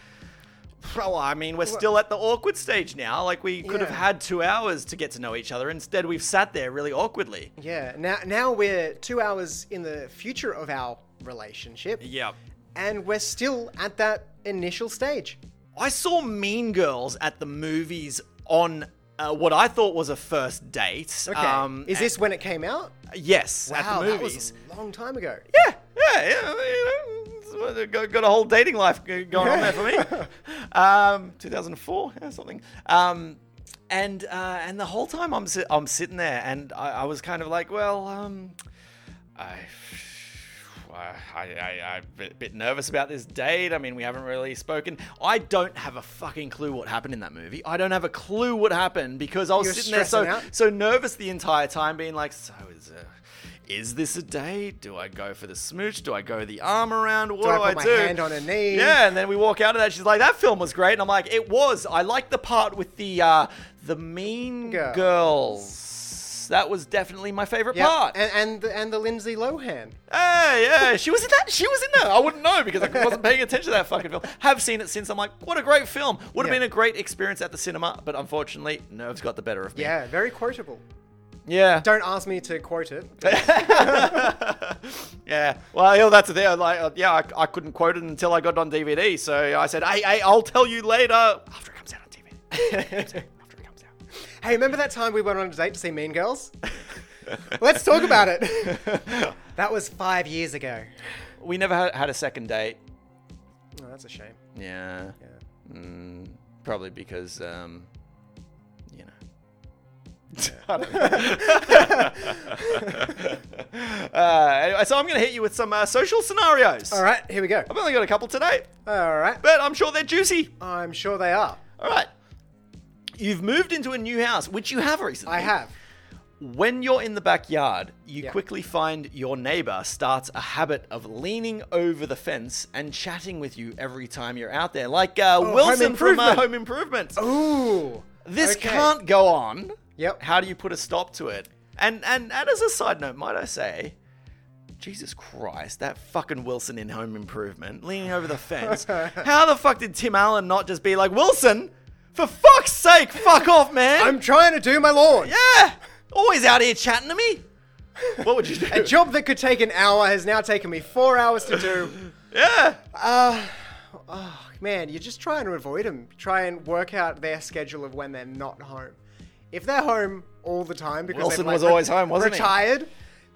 Speaker 1: Well, I mean, we're still at the awkward stage now. Like, we could have
Speaker 2: Yeah.
Speaker 1: had two hours to get to know each other. Instead, we've sat there really awkwardly.
Speaker 2: Yeah. Now now we're two hours in the future of our relationship.
Speaker 1: Yeah.
Speaker 2: and we're still at that initial stage.
Speaker 1: I saw Mean Girls at the movies on uh, what I thought was a first date.
Speaker 2: Okay.
Speaker 1: Um,
Speaker 2: Is this when it came out?
Speaker 1: and- yes at
Speaker 2: wow,
Speaker 1: the
Speaker 2: that was
Speaker 1: movies?
Speaker 2: a long time ago.
Speaker 1: Yeah, yeah, yeah. You know, it's what- got, got a whole dating life g- going on there for me. Um, 2004, yeah, something. Um, and uh, and the whole time I'm si- I'm sitting there, and I, I was kind of like, well, um, I. I, I, I'm a bit nervous about this date. I mean, we haven't really spoken. I don't have a fucking clue what happened in that movie. I don't have a clue what happened because I was
Speaker 2: You're
Speaker 1: sitting there so
Speaker 2: stressing out?
Speaker 1: so nervous the entire time, being like, "So is uh, is this a date? Do I go for the smooch? Do I go the arm around? What do,
Speaker 2: I put my
Speaker 1: do?"
Speaker 2: hand on her knee?
Speaker 1: Yeah, and then we walk out of that. She's like, "That film was great," and I'm like, "It was. I like the part with the uh, the mean
Speaker 2: Girls.
Speaker 1: girls. That was definitely my favorite
Speaker 2: Yep.
Speaker 1: part.
Speaker 2: And, and the and the Lindsay Lohan.
Speaker 1: Hey, yeah, she was in that. She was in that. I wouldn't know because I wasn't paying attention to that fucking film. Have seen it since. I'm like, what a great film. Would have
Speaker 2: Yeah.
Speaker 1: been a great experience at the cinema, but unfortunately, nerves got the better of me.
Speaker 2: Yeah, very quotable.
Speaker 1: yeah.
Speaker 2: Don't ask me to quote it.
Speaker 1: [laughs] yeah. Well, yeah, that's the thing. Like, uh, yeah, I, I couldn't quote it until I got it on DVD. So I said, hey, hey, I'll tell you later after it comes out on
Speaker 2: [laughs]
Speaker 1: DVD. after it comes out.
Speaker 2: Hey, remember that time we went on a date to see Mean Girls? Let's talk about
Speaker 1: [laughs]
Speaker 2: it. that was five years ago.
Speaker 1: We never had, had a second date.
Speaker 2: Oh, that's a shame.
Speaker 1: Yeah.
Speaker 2: Yeah.
Speaker 1: Mm, probably because, um, you know. [laughs] I don't
Speaker 2: [laughs]
Speaker 1: know. uh, anyway, so I'm going to hit you with some uh, social scenarios.
Speaker 2: All right, here we go.
Speaker 1: I've only got a couple today,
Speaker 2: All right.
Speaker 1: but I'm sure they're juicy.
Speaker 2: I'm sure they are.
Speaker 1: All right. You've moved into a new house, which you have recently.
Speaker 2: I have.
Speaker 1: When you're in the backyard, you
Speaker 2: Yeah.
Speaker 1: quickly find your neighbor starts a habit of leaning over the fence and chatting with you every time you're out there, like uh,
Speaker 2: Oh, Home
Speaker 1: Wilson from uh,
Speaker 2: Improvement. Oh,
Speaker 1: Home Improvement.
Speaker 2: Ooh.
Speaker 1: This
Speaker 2: okay.
Speaker 1: can't go on.
Speaker 2: Yep.
Speaker 1: How do you put a stop to it? And, and and as a side note, might I say, Jesus Christ, that fucking Wilson in Home Improvement leaning over the fence. How the fuck did Tim Allen not just be like Wilson? For fuck's sake, fuck off, man!
Speaker 2: I'm trying to do my lawn.
Speaker 1: yeah, always out here chatting to me. What would you do?
Speaker 2: A job that could take an hour has now taken me four hours to do.
Speaker 1: yeah, [laughs]
Speaker 2: Uh, oh, man, you just try and avoid them. Try and work out their schedule of when they're not home. If they're home all the time because
Speaker 1: Wilson
Speaker 2: they've, like,
Speaker 1: was always home, wasn't he?
Speaker 2: retired,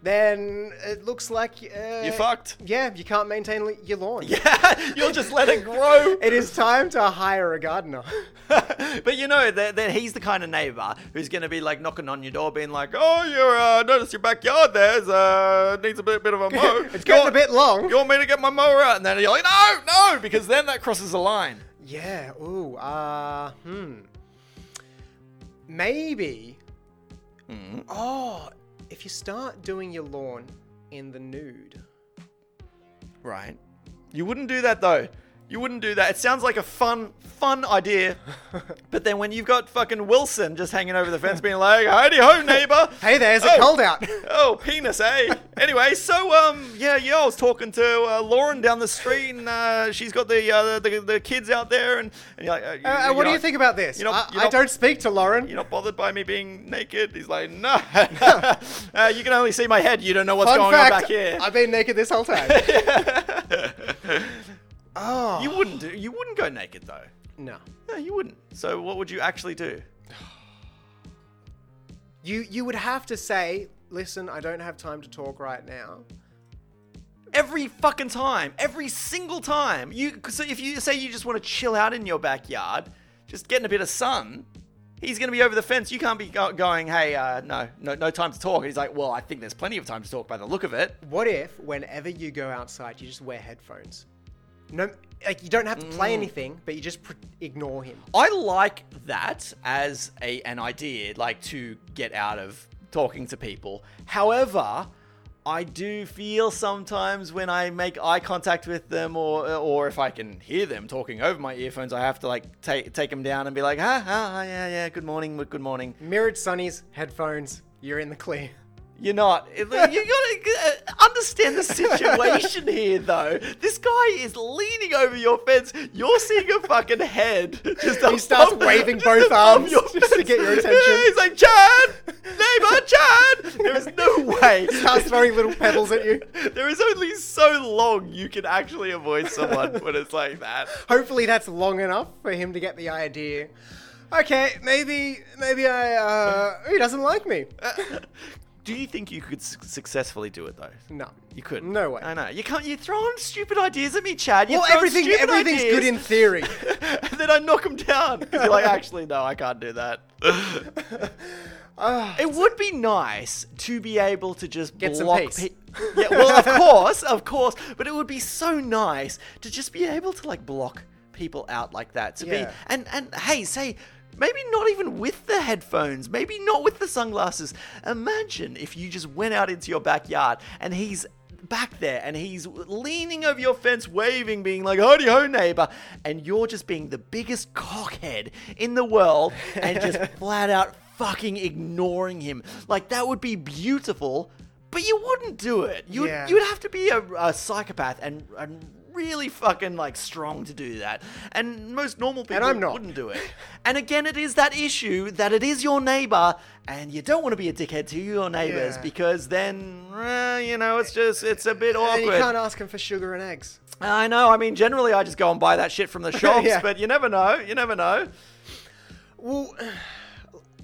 Speaker 2: then it looks like uh,
Speaker 1: you fucked.
Speaker 2: Yeah, you can't maintain li- your lawn.
Speaker 1: Yeah, you'll just let it grow.
Speaker 2: It is time to hire
Speaker 1: [laughs]
Speaker 2: a gardener.
Speaker 1: but you know that, that he's the kind of neighbor who's going to be like knocking on your door, being like, "Oh, you uh, noticed your backyard there's uh, needs a bit, bit of a mow.
Speaker 2: [laughs] it's getting
Speaker 1: You
Speaker 2: a bit long.
Speaker 1: You want me to get my mower out?" And then you're like, "No, no," because then that crosses a line.
Speaker 2: Yeah. Ooh. Uh. Hmm. Maybe.
Speaker 1: Hmm.
Speaker 2: Oh, if you start doing your lawn in the nude.
Speaker 1: Right. You wouldn't do that though. You wouldn't do that. It sounds like a fun, fun
Speaker 2: [laughs]
Speaker 1: idea. but then when you've got fucking Wilson just hanging over the fence, being like, "Howdy ho, neighbor."
Speaker 2: Hey, there's
Speaker 1: Oh.
Speaker 2: a cold [laughs] out. Uh,
Speaker 1: Oh, penis, eh? anyway, so um, yeah, yeah, I was talking to uh, Lauren down the street, and uh, she's got the, uh, the the kids out there, and, and you're like, uh, you-
Speaker 2: Uh,
Speaker 1: you're
Speaker 2: what do you
Speaker 1: not-
Speaker 2: think about this?
Speaker 1: you're not-
Speaker 2: I,
Speaker 1: you're
Speaker 2: I
Speaker 1: not-
Speaker 2: don't speak to Lauren.
Speaker 1: You're not bothered by me being naked? He's like, no. [laughs] uh, you can only see my head. You don't know what's
Speaker 2: Fun
Speaker 1: going
Speaker 2: fact:
Speaker 1: on back here.
Speaker 2: I've been naked this
Speaker 1: [laughs]
Speaker 2: whole time. oh.
Speaker 1: you wouldn't do. You wouldn't go naked though.
Speaker 2: no.
Speaker 1: No, you wouldn't. So what would you actually do?
Speaker 2: You you would have to say, listen, I don't have time to talk right now.
Speaker 1: Every fucking time, every single time. You so if you say you just want to chill out in your backyard, just getting a bit of sun, he's gonna be over the fence. You can't be go- going, hey, uh, no, no, no time to talk. He's like, well, I think there's plenty of time to talk by the look of it.
Speaker 2: What if, whenever you go outside, you just wear headphones? No, like you don't have to
Speaker 1: Mm.
Speaker 2: play anything, but you just pr- ignore him.
Speaker 1: I like that as a an idea, like to get out of talking to people. However, I do feel sometimes when I make eye contact with them, or uh, or if I can hear them talking over my earphones, I have to like take take them down and be like, ha ha, ha, yeah yeah, good morning, good morning.
Speaker 2: Mirrored sunnies, headphones, you're in the clear. [laughs]
Speaker 1: You're not. It- You gotta uh, understand the
Speaker 2: [laughs]
Speaker 1: situation here, though. This guy is leaning over your fence. You're seeing a fucking head. Just
Speaker 2: He starts waving both arms just to get your attention.
Speaker 1: He's like, Chad! Neighbor, Chad! There is
Speaker 2: [laughs]
Speaker 1: no way.
Speaker 2: Starts throwing little pebbles at you.
Speaker 1: There is only so long you can actually avoid someone when it's like that.
Speaker 2: Hopefully that's long enough for him to get the idea. Okay, maybe maybe I uh he doesn't like me.
Speaker 1: Do you think you could su- successfully do it, though?
Speaker 2: No.
Speaker 1: You couldn't.
Speaker 2: No way.
Speaker 1: I know. You can't. You're throwing stupid ideas at me, Chad. You're
Speaker 2: Well,
Speaker 1: throwing
Speaker 2: everything
Speaker 1: stupid
Speaker 2: everything's
Speaker 1: ideas.
Speaker 2: good
Speaker 1: [laughs]
Speaker 2: in theory.
Speaker 1: and then I knock him down. 'Cause You're
Speaker 2: [laughs]
Speaker 1: like, actually, no, I can't do that. it would be nice to be able to just
Speaker 2: Ah, Get some
Speaker 1: block
Speaker 2: peace.
Speaker 1: pe- yeah, well,
Speaker 2: [laughs]
Speaker 1: of course, of course. But it would be so nice to just be able to like block people out like that. To
Speaker 2: Yeah.
Speaker 1: be and and hey, say. Maybe not even with the headphones, maybe not with the sunglasses. Imagine if you just went out into your backyard and he's back there and he's leaning over your fence, waving, being like, howdy ho, neighbor. And you're just being the biggest cockhead in the world and just flat out fucking ignoring him. Like, that would be beautiful, but you wouldn't do it. You'd,
Speaker 2: Yeah.
Speaker 1: you'd have to be a, a psychopath and. and Really fucking like strong to do that, and most normal people
Speaker 2: I'm not.
Speaker 1: wouldn't do it. And again, it is that issue that it is your neighbor, and you don't want to be a dickhead to your neighbors
Speaker 2: Yeah.
Speaker 1: because then eh, you know it's just it's a bit
Speaker 2: and you can't
Speaker 1: awkward.
Speaker 2: ask him for sugar and eggs.
Speaker 1: I know. I mean, generally, I just go and buy that shit
Speaker 2: [laughs]
Speaker 1: from the shops,
Speaker 2: Yeah.
Speaker 1: but you never know. You never know.
Speaker 2: Well, [sighs]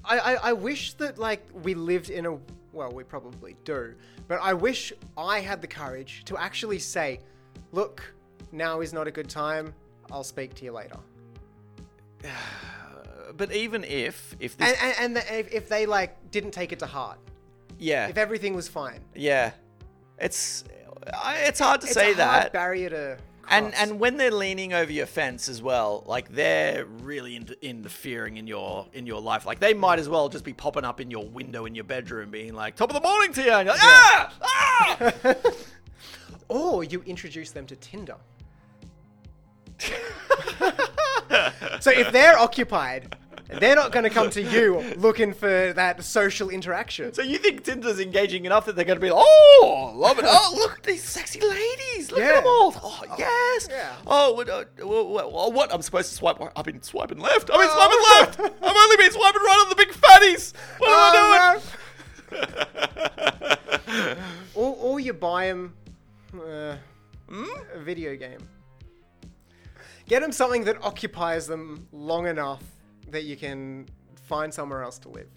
Speaker 2: I, I, I wish that like we lived in a well, we probably do, but I wish I had the courage to actually say, "Look, now is not a good time. I'll speak to you later."
Speaker 1: Uh, But even if if this
Speaker 2: And and, and the, if, if they like didn't take it to heart,
Speaker 1: yeah
Speaker 2: if everything was fine,
Speaker 1: yeah, it's I- it's hard to
Speaker 2: it's
Speaker 1: say
Speaker 2: a hard
Speaker 1: that.
Speaker 2: barrier to
Speaker 1: and
Speaker 2: cross.
Speaker 1: and when they're leaning over your fence as well, like they're really in- interfering in your in your life. Like they might as well just be popping up in your window in your bedroom, being like "Top of the morning to you," and you're like, "Ah, ah!" [laughs]
Speaker 2: or you introduce them to Tinder. so if they're occupied, they're not going to come to you looking for that social interaction.
Speaker 1: So you think Tinder's engaging enough that they're going to be like, "Oh, love it! Oh, look at these sexy ladies! Look at
Speaker 2: Yeah.
Speaker 1: them all! Oh, yes!
Speaker 2: yeah.
Speaker 1: Oh, what, uh, what, what, what? I'm supposed to swipe? I've been swiping left. I've been swiping left. I've only been swiping right on the big fatties. What am I doing?
Speaker 2: Oh. Oh, no. [laughs] or, or you buy him uh, a video game. Get them something that occupies them long enough that you can find somewhere else to live.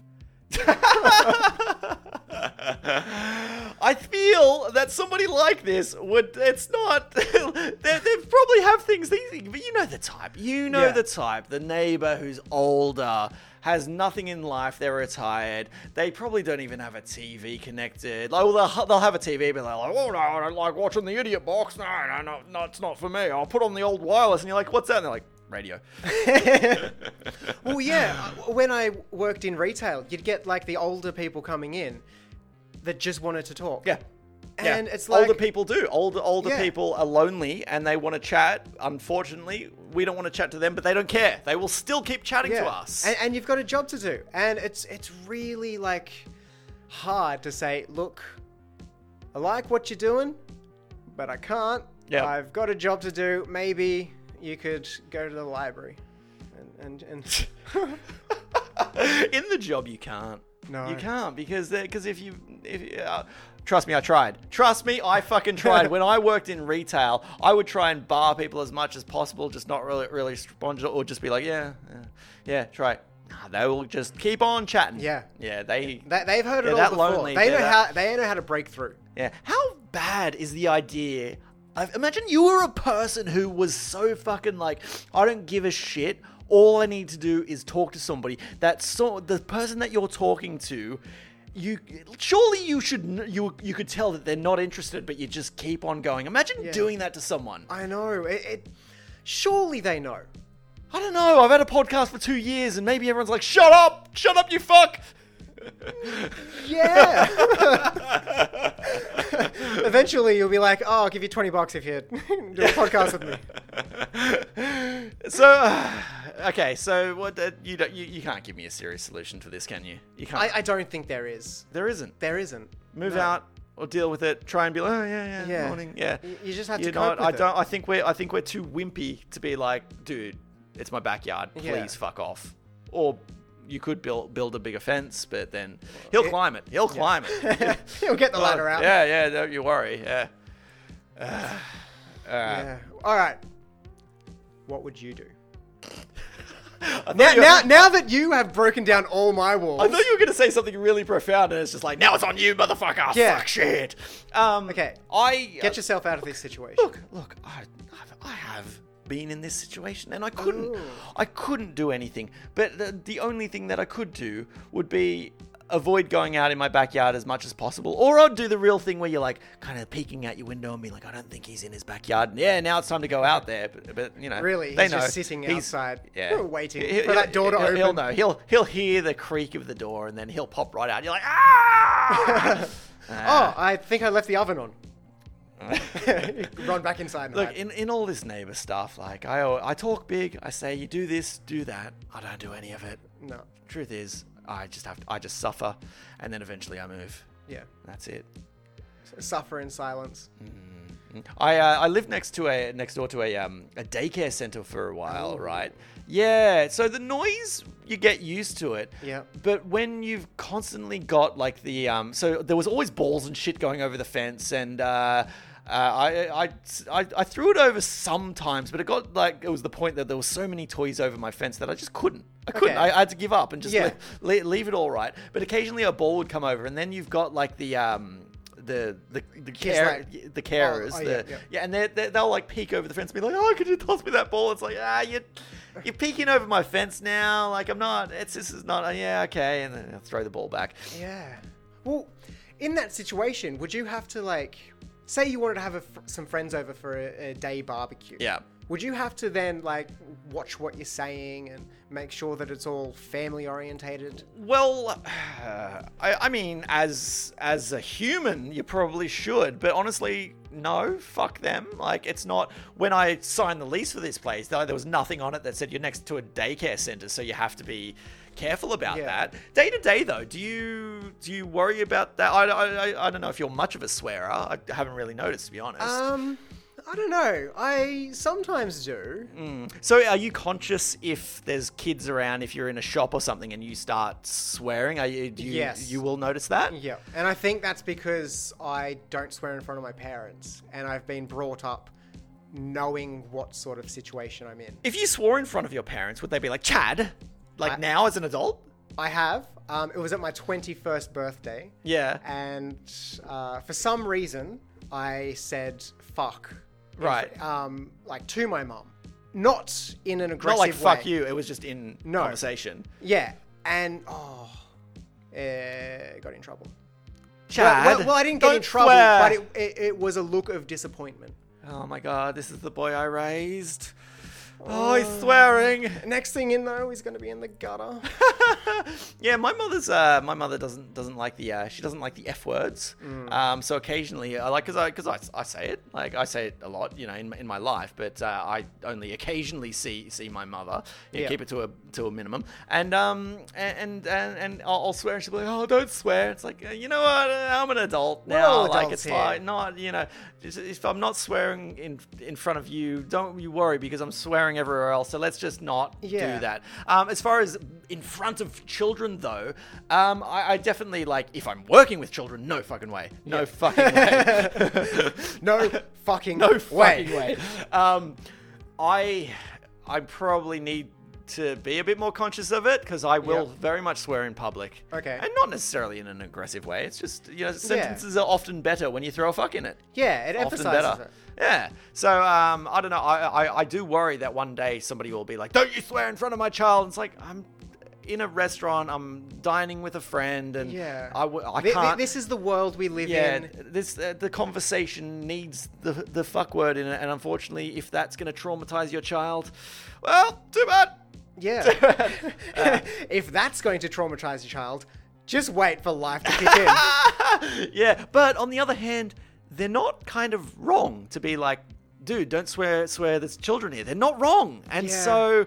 Speaker 1: I feel that somebody like this would. It's not. [laughs] they, they probably have things. These, but you know the type. You know
Speaker 2: Yeah.
Speaker 1: the type. The neighbor who's older has nothing in life. They're retired. They probably don't even have a TV connected. Like, well, they'll, ha- they'll have a TV, but they're like, "Oh no, I don't like watching the idiot box. No, no, no, no, it's not for me. I'll put on the old wireless." And you're like, "What's that?" And they're like, "Radio."
Speaker 2: Well, yeah. I- when I worked in retail, you'd get like the older people coming in that just wanted to talk.
Speaker 1: Yeah.
Speaker 2: And it's like-
Speaker 1: older people do. Older older
Speaker 2: Yeah.
Speaker 1: people are lonely and they want to chat. Unfortunately, we don't want to chat to them, but they don't care. They will still keep chatting
Speaker 2: Yeah.
Speaker 1: to us.
Speaker 2: And, and you've got a job to do, and it's it's really like hard to say. Look, I like what you're doing, but I can't.
Speaker 1: Yeah.
Speaker 2: I've got a job to do. Maybe you could go to the library, and and, and
Speaker 1: [laughs]
Speaker 2: [laughs]
Speaker 1: In the job, you can't.
Speaker 2: No.
Speaker 1: you can't because because if you if you- uh, trust me, I tried. Trust me, I fucking
Speaker 2: [laughs]
Speaker 1: tried. when I worked in retail, I would try and bar people as much as possible, just not really really respond or just be like, yeah, yeah, yeah try. it." Nah, they will just keep on chatting.
Speaker 2: Yeah.
Speaker 1: yeah, they
Speaker 2: they, they've heard
Speaker 1: They're
Speaker 2: it all
Speaker 1: that
Speaker 2: before.
Speaker 1: lonely,
Speaker 2: they know
Speaker 1: they're that-
Speaker 2: how they know how to break through.
Speaker 1: Yeah. How bad is the idea? i imagine you were a person who was so fucking like, I don't give a shit. All I need to do is talk to somebody. That so the person that you're talking to, you surely you should kn- you you could tell that they're not interested, but you just keep on going. Imagine doing that to someone.
Speaker 2: I know it. it surely they know.
Speaker 1: I don't know. I've had a podcast for two years, and maybe everyone's like, "Shut up! Shut up, you fuck!" [laughs]
Speaker 2: Yeah. [laughs] Eventually, you'll be like, "Oh, I'll give you twenty bucks if you [laughs] do a podcast with me."
Speaker 1: [laughs] So, [sighs] okay. So what? Uh, you don't. You, you can't give me a serious solution to this, can you? You can't.
Speaker 2: I, I don't think there is.
Speaker 1: There isn't.
Speaker 2: [laughs] There isn't.
Speaker 1: Move
Speaker 2: No.
Speaker 1: out. or deal with it. Try and be like, oh yeah, yeah,
Speaker 2: Yeah.
Speaker 1: morning, yeah.
Speaker 2: Y- you just have
Speaker 1: you
Speaker 2: to
Speaker 1: know,
Speaker 2: cope
Speaker 1: I
Speaker 2: with it.
Speaker 1: don't. I think we're. I think we're too wimpy to be like, dude, it's my backyard. Please
Speaker 2: Yeah.
Speaker 1: fuck off. Or you could build build a bigger fence, but then he'll
Speaker 2: it-
Speaker 1: climb it. He'll climb it.
Speaker 2: He'll get the
Speaker 1: Oh,
Speaker 2: [laughs] ladder out.
Speaker 1: Yeah, yeah. Don't you worry. Yeah. Ah. Ah.
Speaker 2: Yeah. All right. What would you do?
Speaker 1: I thought
Speaker 2: Now,
Speaker 1: you-
Speaker 2: now, now that you have broken down all my walls.
Speaker 1: I thought you were going to say something really profound, and it's just like, now it's on you, motherfucker.
Speaker 2: Yeah.
Speaker 1: Fuck shit. Um,
Speaker 2: Okay.
Speaker 1: I
Speaker 2: Get yourself out of this situation.
Speaker 1: Look, look. I, I've, I have been in this situation, and I couldn't. I couldn't do anything. But the, the only thing that I could do would be avoid going out in my backyard as much as possible, or I'd do the real thing where you're like kind of peeking out your window and being like, I don't think he's in his backyard. And yeah, now it's time to go out there. But, but you know,
Speaker 2: Really,
Speaker 1: they
Speaker 2: he's
Speaker 1: know
Speaker 2: just sitting outside,
Speaker 1: yeah.
Speaker 2: waiting
Speaker 1: He-
Speaker 2: for that door to
Speaker 1: he'll-
Speaker 2: open.
Speaker 1: He'll know. He'll he'll hear the creak of the door, and then he'll pop right out. You're like,
Speaker 2: [laughs]
Speaker 1: ah. [laughs]
Speaker 2: Oh, I think I left the oven on. Run back inside. And
Speaker 1: Look,
Speaker 2: hide.
Speaker 1: in, in all this neighbor stuff, like I al- I talk big, I say you do this, do that. I don't do any of it.
Speaker 2: no.
Speaker 1: Truth is, I just have to, I just suffer, and then eventually I move.
Speaker 2: Yeah.
Speaker 1: That's it.
Speaker 2: Suffer in silence.
Speaker 1: I uh, I lived next to a next door to a um a daycare center for a while,
Speaker 2: Oh.
Speaker 1: right? Yeah. So the noise you get used to it.
Speaker 2: Yeah.
Speaker 1: But when you've constantly got like the um, so there was always balls and shit going over the fence, and uh, uh, I, I I I threw it over sometimes, but it got like it was the point that there was so many toys over my fence that I just couldn't. I couldn't.
Speaker 2: Okay.
Speaker 1: I, I had to give up and just
Speaker 2: Yeah.
Speaker 1: le- le- leave it all right. But occasionally a ball would come over, and then you've got like the um. The the the,
Speaker 2: Kids
Speaker 1: care,
Speaker 2: like-
Speaker 1: the carers
Speaker 2: oh,
Speaker 1: the,
Speaker 2: yeah, yeah.
Speaker 1: yeah, and they're, they they'll like peek over the fence and be like, oh, could you toss me that ball? It's like, ah, you're, you're peeking over my fence now. Like, I'm not, it's this is not, yeah, okay. And then they'll throw the ball back.
Speaker 2: Yeah. Well, in that situation, would you have to like, say you wanted to have a fr- some friends over for a, a day barbecue?
Speaker 1: Yeah.
Speaker 2: Would you have to then like watch what you're saying and make sure that it's all family orientated?
Speaker 1: Well, [sighs] I, I mean, as as a human, you probably should, but honestly, no, fuck them. Like, it's not. When I signed the lease for this place, though, there was nothing on it that said you're next to a daycare center, so you have to be careful about
Speaker 2: Yeah.
Speaker 1: that. Day to day, though, do you do you worry about that? I, I, I- I don't know if you're much of a swearer. I haven't really noticed, to be honest.
Speaker 2: Um, I don't know. I sometimes do.
Speaker 1: so, are you conscious if there's kids around, if you're in a shop or something, and you start swearing? Are you? Do you,
Speaker 2: Yes.
Speaker 1: You will notice that.
Speaker 2: Yeah, and I think that's because I don't swear in front of my parents, and I've been brought up knowing what sort of situation I'm in.
Speaker 1: If you swore in front of your parents, would they be like, Chad? Like
Speaker 2: I-
Speaker 1: now as an adult?
Speaker 2: I have. Um, it was at my 21st birthday.
Speaker 1: Yeah.
Speaker 2: and uh, for some reason I said fuck,
Speaker 1: Right.
Speaker 2: um, like to my mum, not in an
Speaker 1: Not
Speaker 2: aggressive
Speaker 1: like fuck
Speaker 2: way.
Speaker 1: you, it was just in
Speaker 2: No.
Speaker 1: conversation.
Speaker 2: Yeah, and oh, eh, got in trouble.
Speaker 1: Chad.
Speaker 2: Well, well, well, I didn't get in
Speaker 1: don't
Speaker 2: trouble,
Speaker 1: swear.
Speaker 2: but it, it, it was a look of disappointment.
Speaker 1: Oh my god, this is the boy I raised. Oh, he's swearing.
Speaker 2: Next thing you know, he's going to be in the gutter. [laughs]
Speaker 1: Yeah, my mother's uh, my mother doesn't doesn't like the uh, she doesn't like the f words.
Speaker 2: Mm.
Speaker 1: Um, so occasionally, I like because I because I, I say it like I say it a lot, you know, in, my- in my life. But uh, I only occasionally see see my mother. Yeah,
Speaker 2: Yeah.
Speaker 1: keep it to a to a minimum. And um and and and I'll, I'll swear, and she'll be like, "Oh, don't swear." It's like uh, you know what? uh, I'm an adult now.
Speaker 2: all
Speaker 1: like
Speaker 2: adults
Speaker 1: it's
Speaker 2: here.
Speaker 1: like not you know just- if I'm not swearing in in front of you, don't you worry because I'm swearing everywhere else. So let's just not
Speaker 2: Yeah.
Speaker 1: do that. Um, as far as in front of children, though, um, I, I definitely like if I'm working with children, no fucking way, no fucking way,
Speaker 2: [laughs] No
Speaker 1: [laughs]
Speaker 2: fucking
Speaker 1: no
Speaker 2: [laughs] way.
Speaker 1: fucking way. Um, I, I probably need to be a bit more conscious of it because I will
Speaker 2: Yep.
Speaker 1: very much swear in public.
Speaker 2: Okay.
Speaker 1: and not necessarily in an aggressive way. It's just you know sentences are often better when you throw a fuck in it.
Speaker 2: Yeah, it
Speaker 1: Often
Speaker 2: emphasizes
Speaker 1: better.
Speaker 2: it.
Speaker 1: Yeah. So um, I don't know. I, I I do worry that one day somebody will be like, "Don't you swear in front of my child?" And it's like I'm in a restaurant. I'm dining with a friend, and
Speaker 2: Yeah.
Speaker 1: I, w- I
Speaker 2: Th- th-
Speaker 1: can't.
Speaker 2: This is the world we live
Speaker 1: yeah,
Speaker 2: in.
Speaker 1: this uh, the conversation needs the the fuck word in it, and unfortunately, if that's going to traumatize your child, well, too bad. [laughs]
Speaker 2: Yeah.
Speaker 1: Um,
Speaker 2: if that's going to traumatize your child, just wait for life to
Speaker 1: [laughs]
Speaker 2: kick in.
Speaker 1: yeah, but on the other hand, they're not kind of wrong to be like, dude, don't swear, swear. There's children here. They're not wrong, and
Speaker 2: Yeah.
Speaker 1: so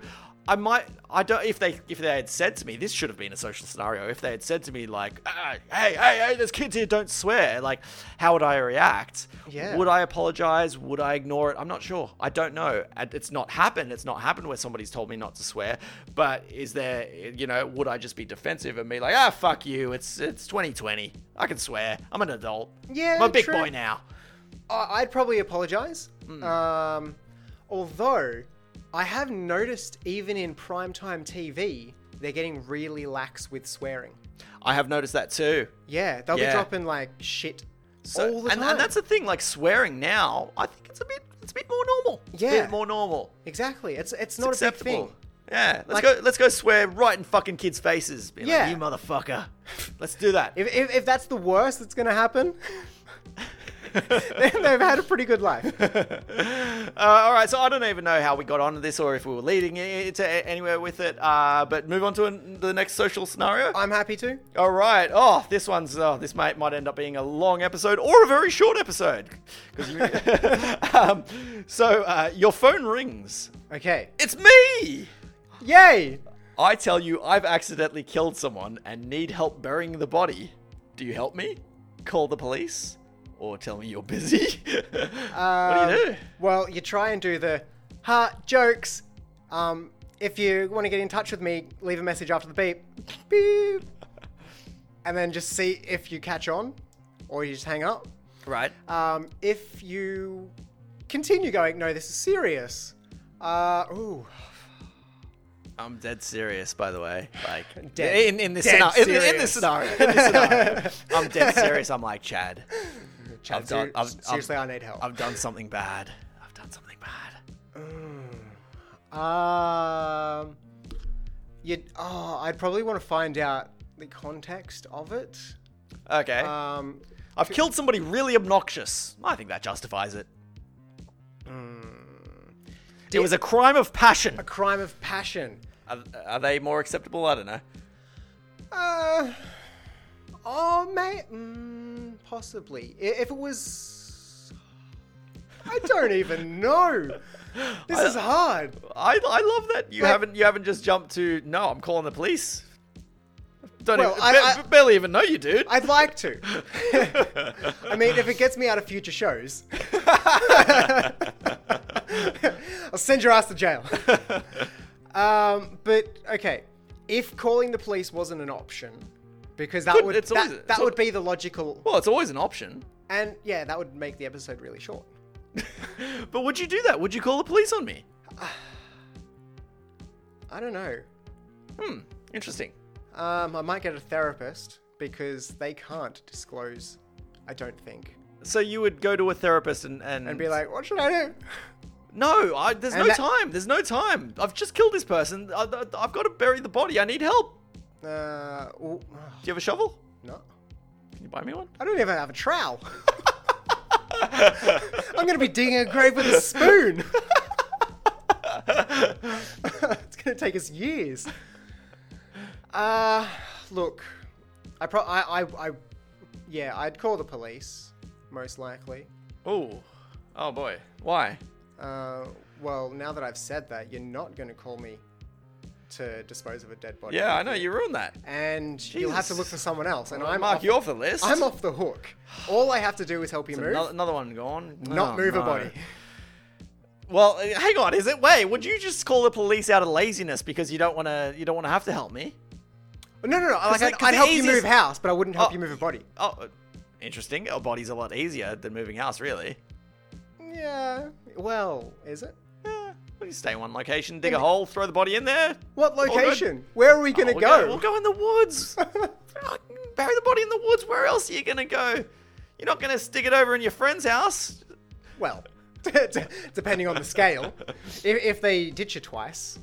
Speaker 1: I might. I don't. If they if they had said to me, this should have been a social scenario. If they had said to me like, "Ah, "Hey, hey, hey, there's kids here, don't swear," like, how would I react?
Speaker 2: Yeah.
Speaker 1: Would I apologize? Would I ignore it? I'm not sure. I don't know. And It's not happened. It's not happened where somebody's told me not to swear. But is there? You know, would I just be defensive and be like, "Ah, fuck you. It's it's 2020. I can swear. I'm an adult.
Speaker 2: Yeah,
Speaker 1: I'm a big
Speaker 2: true.
Speaker 1: boy now."
Speaker 2: I- I'd probably apologize.
Speaker 1: Hmm.
Speaker 2: Um, although, I have noticed even in primetime TV, they're getting really lax with swearing.
Speaker 1: I have noticed that too.
Speaker 2: Yeah, they'll
Speaker 1: Yeah.
Speaker 2: be dropping like shit
Speaker 1: So,
Speaker 2: all the
Speaker 1: and,
Speaker 2: time.
Speaker 1: and that's the thing, like swearing now, I think it's a bit, it's a bit more normal.
Speaker 2: Yeah.
Speaker 1: bit more normal.
Speaker 2: exactly. It's it's
Speaker 1: It's
Speaker 2: not
Speaker 1: acceptable.
Speaker 2: a big thing.
Speaker 1: Yeah, let's
Speaker 2: Like-
Speaker 1: go, let's go swear right in fucking kids' faces. Be like,
Speaker 2: Yeah.
Speaker 1: you motherfucker. [laughs] Let's do that.
Speaker 2: If, if, if that's the worst that's
Speaker 1: [laughs]
Speaker 2: gonna happen, [laughs] then they've had a pretty good life.
Speaker 1: [laughs] uh, all right, so I don't even know how we got onto this or if we were leading it to a- anywhere with it. Uh, but move on to an, the next social scenario.
Speaker 2: I'm happy to.
Speaker 1: All right. Oh, this one's. Oh, this might might end up being a long episode or a very short episode. 'Cause you- [laughs] um, so uh, your phone rings.
Speaker 2: Okay.
Speaker 1: It's me.
Speaker 2: Yay!
Speaker 1: I tell you, I've accidentally killed someone and need help burying the body. Do you help me? Call the police, or tell me you're busy? [laughs] what do you
Speaker 2: Um,
Speaker 1: do?
Speaker 2: Well, you try and do the ha jokes. Um, if you want to get in touch with me, leave a message after the beep, beep, and then just see if you catch on, or you just hang up.
Speaker 1: Right.
Speaker 2: Um, if you continue going, no, this is serious. Uh, ooh,
Speaker 1: I'm dead serious, by the way. Like
Speaker 2: [laughs] Dead-
Speaker 1: in in this
Speaker 2: dead
Speaker 1: scenario. In, in
Speaker 2: serious.
Speaker 1: this scenario. In this
Speaker 2: [laughs]
Speaker 1: scenario. I'm dead serious. I'm like Chad.
Speaker 2: Chad,
Speaker 1: I've done-
Speaker 2: ser-
Speaker 1: I've- I've-
Speaker 2: seriously, i need help.
Speaker 1: I've done something bad. I've done something bad.
Speaker 2: Um, you. Oh, I'd probably want to find out the context of it.
Speaker 1: Okay.
Speaker 2: Um,
Speaker 1: I've killed somebody really obnoxious. I think that justifies it. It was a crime of passion.
Speaker 2: Hmm. a crime of passion.
Speaker 1: Are, are they more acceptable? I don't know.
Speaker 2: Uh, oh, mate, mm, possibly. I- If it was, I don't even know. This is hard.
Speaker 1: I, I love that you
Speaker 2: Like-
Speaker 1: haven't you haven't just jumped to no. I'm calling the police. Don't
Speaker 2: Well,
Speaker 1: even,
Speaker 2: I-
Speaker 1: ba-
Speaker 2: I-
Speaker 1: barely even know you, dude.
Speaker 2: I'd like to. [laughs] I mean, if it gets me out of future shows, [laughs] I'll send your ass to jail. [laughs] um, but okay, if calling the police wasn't an option, because that
Speaker 1: Good,
Speaker 2: would
Speaker 1: it's
Speaker 2: that,
Speaker 1: always- it's
Speaker 2: that
Speaker 1: al-
Speaker 2: would be the logical,
Speaker 1: well, it's always an option. [laughs]
Speaker 2: and yeah, that would make the episode really short.
Speaker 1: But would you do that? Would you call the police on me?
Speaker 2: I don't know.
Speaker 1: Hmm. Interesting.
Speaker 2: Um, I might get a therapist because they can't disclose. I don't think,
Speaker 1: So you would go to a therapist and and,
Speaker 2: and be like, "What should I do?" [laughs]
Speaker 1: no, I, there's
Speaker 2: And
Speaker 1: no
Speaker 2: that-
Speaker 1: time. There's no time. I've just killed this person. I, I, I've got to bury the body. I need help.
Speaker 2: Uh, ooh, [sighs]
Speaker 1: Do you have a shovel?
Speaker 2: no.
Speaker 1: Can you buy me one?
Speaker 2: I don't even have a trowel. [laughs] I'm gonna be digging a grave with a spoon. [laughs] it's gonna take us years. Uh, look, I pro, I, I, I, yeah, I'd call the police most likely.
Speaker 1: Oh, oh boy. Why?
Speaker 2: Uh, well, now that I've said that, you're not gonna call me to dispose of a dead body.
Speaker 1: Yeah, I know you ruined that.
Speaker 2: And you'll have to
Speaker 1: Jesus.
Speaker 2: look for someone else, and I'm
Speaker 1: Mark,
Speaker 2: off,
Speaker 1: you off the list.
Speaker 2: I'm off the hook. All I have to do is help you move,
Speaker 1: Another, another one gone.
Speaker 2: not
Speaker 1: Oh,
Speaker 2: move
Speaker 1: no.
Speaker 2: a body. [laughs]
Speaker 1: Well, uh, hang on. Is it? Wait, would you just call the police out of laziness because you don't want to? You don't want to have to help me?
Speaker 2: No, no, no. Like,
Speaker 1: the-
Speaker 2: I'd,
Speaker 1: 'cause
Speaker 2: I'd
Speaker 1: the
Speaker 2: help you
Speaker 1: easiest-
Speaker 2: move house, but I wouldn't help
Speaker 1: Oh.
Speaker 2: you move a body.
Speaker 1: Oh, uh, interesting. A body's a lot easier than moving house, really.
Speaker 2: Yeah. Well, is it?
Speaker 1: Eh, we can stay in one location, dig a hole, throw the body in there.
Speaker 2: What
Speaker 1: All good.
Speaker 2: location? Where are we gonna
Speaker 1: Oh, we'll
Speaker 2: go?
Speaker 1: We'll go in the
Speaker 2: [laughs]
Speaker 1: woods. Fucking Bury the body in the woods. Where else are you gonna go? You're not gonna stick it over in your friend's house.
Speaker 2: Well, [laughs] d- d- depending on
Speaker 1: [laughs]
Speaker 2: the scale, if, if they ditch you twice,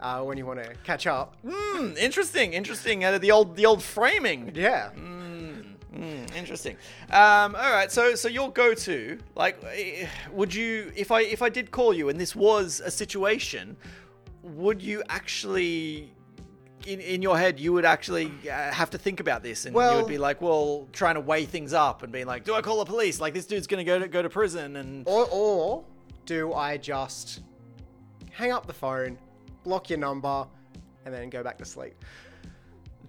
Speaker 2: uh, when you want to catch up,
Speaker 1: Hmm. Interesting. Interesting. Uh, the old the old framing.
Speaker 2: yeah.
Speaker 1: Mm, interesting. Um, all right, so so your go-to, like, eh, would you if I if I did call you and this was a situation, would you actually? In, in your head, you would actually uh, have to think about this, and you
Speaker 2: Well-
Speaker 1: would be like, "Well, trying to weigh things up and being like, do I call the police? Like this dude's gonna go to go to prison." And
Speaker 2: Or, or do I just hang up the phone, block your number, and then go back to sleep.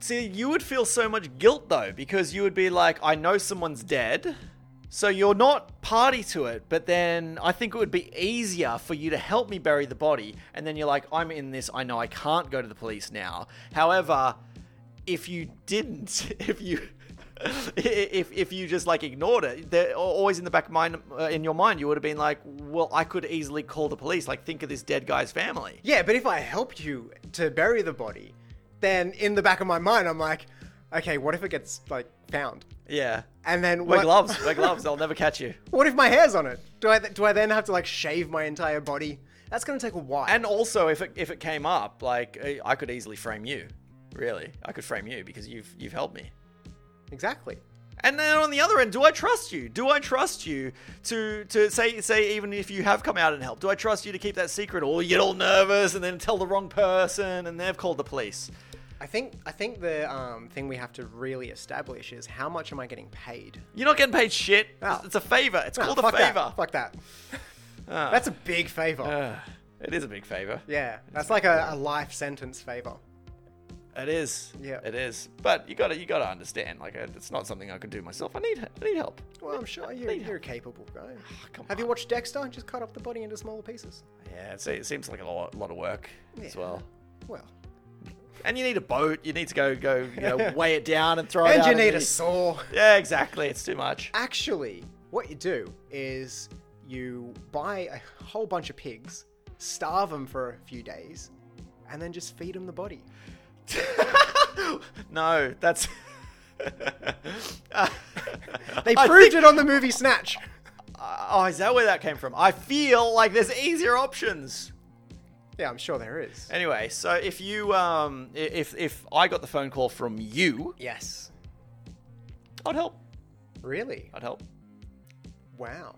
Speaker 1: See, you would feel so much guilt though, because you would be like, I know someone's dead, so you're not party to it, but then I think it would be easier for you to help me bury the body, and then you're like, I'm in this, I know I can't go to the police now. However, if you didn't, [laughs] if you. If, if you just like ignored it, they're always in the back of mind uh, in your mind, you would have been like, "Well, I could easily call the police." Like, think of this dead guy's family.
Speaker 2: Yeah, but if I helped you to bury the body, then in the back of my mind, I'm like, okay, what if it gets like found?
Speaker 1: Yeah,
Speaker 2: And then
Speaker 1: wear
Speaker 2: what-
Speaker 1: gloves, wear gloves. They'll never catch you.
Speaker 2: What if my hair's on it? Do I do I then have to like shave my entire body? That's gonna take a while.
Speaker 1: And also, if it if it came up, like I- I could easily frame you. Really, I could frame you because you've you've helped me.
Speaker 2: exactly.
Speaker 1: And then on the other end, do I trust you? Do I trust you to to say say even if you have come out and helped? Do I trust you to keep that secret, or you get all nervous and then tell the wrong person and they've called the police?
Speaker 2: I think I think the um, thing we have to really establish is how much am I getting paid?
Speaker 1: You're not getting paid shit.
Speaker 2: No.
Speaker 1: It's a favor. It's
Speaker 2: Ah,
Speaker 1: called a
Speaker 2: fuck
Speaker 1: favor. Ah.
Speaker 2: That. Fuck that. that's a big favor.
Speaker 1: Ugh, it is a big favor.
Speaker 2: yeah, that's like a, a life sentence favor.
Speaker 1: It is.
Speaker 2: Yeah.
Speaker 1: It is. But you gotta you gotta understand. Like it's not something I could do myself. I need I need help.
Speaker 2: Well, I'm sure you're, you're a capable guy.
Speaker 1: Ah, come
Speaker 2: Have you watched Dexter? Just cut up the body into smaller pieces.
Speaker 1: Yeah, it's, it seems like a lot, lot of work as
Speaker 2: Yeah.
Speaker 1: well.
Speaker 2: Well,
Speaker 1: And you need a boat. You need to go, go, you
Speaker 2: [laughs]
Speaker 1: know, weigh it down and throw it.
Speaker 2: and
Speaker 1: out
Speaker 2: you
Speaker 1: in
Speaker 2: need
Speaker 1: the-
Speaker 2: a saw.
Speaker 1: [laughs] Yeah, exactly. It's too
Speaker 2: [laughs]
Speaker 1: much.
Speaker 2: Actually, what you do is you buy a whole bunch of pigs, starve them for a few days, and then just feed them the body.
Speaker 1: no, that's. [laughs]
Speaker 2: They
Speaker 1: I
Speaker 2: proved
Speaker 1: think-
Speaker 2: it on the movie Snatch.
Speaker 1: oh, is that where that came from? I feel like there's easier options.
Speaker 2: Yeah, I'm sure there is.
Speaker 1: Anyway, so if you, um, i- if if I got the phone call from you,
Speaker 2: Yes.
Speaker 1: I'd help.
Speaker 2: Really?
Speaker 1: I'd help.
Speaker 2: Wow.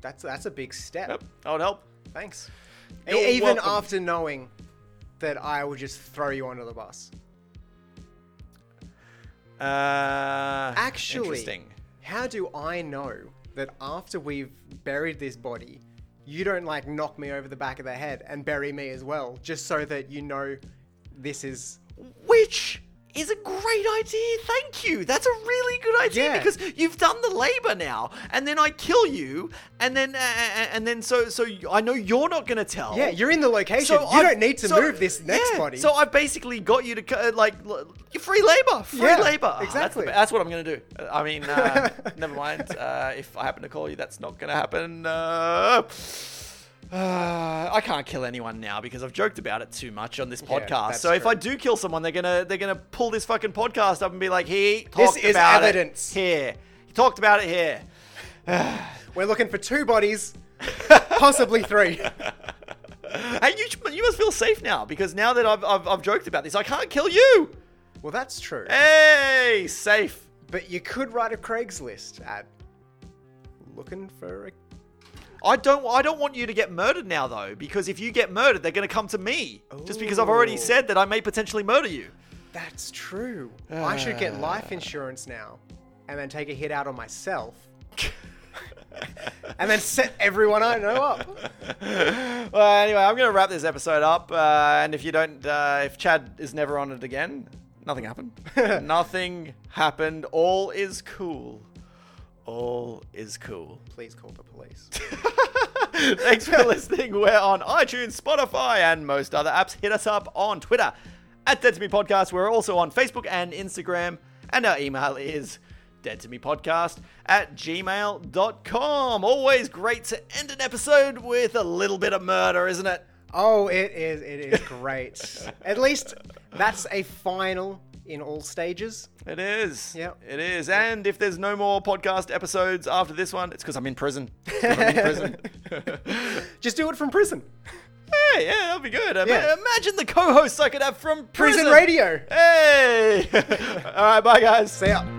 Speaker 2: That's that's a big step.
Speaker 1: Yep, I would help.
Speaker 2: Thanks.
Speaker 1: You're
Speaker 2: E- Even
Speaker 1: welcome.
Speaker 2: after knowing that I would just throw you under the bus.
Speaker 1: Uh,
Speaker 2: Actually,
Speaker 1: interesting.
Speaker 2: How do I know that after we've buried this body, you don't like knock me over the back of the head and bury me as well, just so that you know this is
Speaker 1: Which is a great idea. Thank you. That's a really good idea
Speaker 2: Yeah.
Speaker 1: because you've done the labor now, and then I kill you, and then uh, and then so so you- I know you're not gonna tell.
Speaker 2: yeah, you're in the location.
Speaker 1: Oh. So
Speaker 2: you
Speaker 1: I've-
Speaker 2: don't need to
Speaker 1: so-
Speaker 2: move this next
Speaker 1: yeah,
Speaker 2: body.
Speaker 1: So I basically got you to co- uh, like l- free labor, free
Speaker 2: Yeah,
Speaker 1: labor. Ah, that's the
Speaker 2: exactly.
Speaker 1: be- That's, what I'm gonna do. Uh, I mean,
Speaker 2: [laughs]
Speaker 1: uh, never mind. Uh, if I happen to call you, that's not gonna happen. Uh, [sighs] uh, I can't kill anyone now because I've joked about it too much on this podcast.
Speaker 2: that's
Speaker 1: so if
Speaker 2: true.
Speaker 1: I do kill someone, they're gonna they're gonna pull this fucking podcast up and be like, he
Speaker 2: This
Speaker 1: talked
Speaker 2: is
Speaker 1: about
Speaker 2: evidence.
Speaker 1: it here. He talked about it here.
Speaker 2: We're looking for
Speaker 1: [laughs]
Speaker 2: two bodies, possibly three.
Speaker 1: Hey, you, you must feel safe now because now that I've, I've, I've joked about this, I can't kill you.
Speaker 2: Well, that's true.
Speaker 1: Hey, safe.
Speaker 2: But you could write a Craigslist ad. Looking for a.
Speaker 1: I don't. I don't want you to get murdered now, though, because if you get murdered, they're going to come to me. Just because I've already
Speaker 2: Ooh.
Speaker 1: said that I may potentially murder you. [laughs]
Speaker 2: That's true. I should get life insurance now, and then take a hit out on myself, and then set everyone I know up.
Speaker 1: well, anyway, I'm going to wrap this episode up. Uh, and if you don't, uh, if Chad is never on it again, nothing happened. [laughs] nothing happened. All is cool. All is cool.
Speaker 2: Please call the police.
Speaker 1: Thanks [laughs] for listening. We're on iTunes, Spotify, and most other apps. Hit us up on Twitter at Dead to Me Podcast. We're also on Facebook and Instagram. And our email is dead to me podcast at gmail.com. Always great to end an episode with a little bit of murder, isn't it?
Speaker 2: Oh, it is. It is great. At least that's a final in all stages.
Speaker 1: It is.
Speaker 2: Yep.
Speaker 1: It is. And if there's no more podcast episodes after this one, it's because I'm in prison. 'Cause I'm in [laughs] prison.
Speaker 2: Just do it from prison.
Speaker 1: hey, yeah, that'd be good. Ima-
Speaker 2: Yeah.
Speaker 1: Imagine the co-hosts I could have from prison.
Speaker 2: Prison radio.
Speaker 1: Hey! [laughs] All right, bye guys.
Speaker 2: See ya.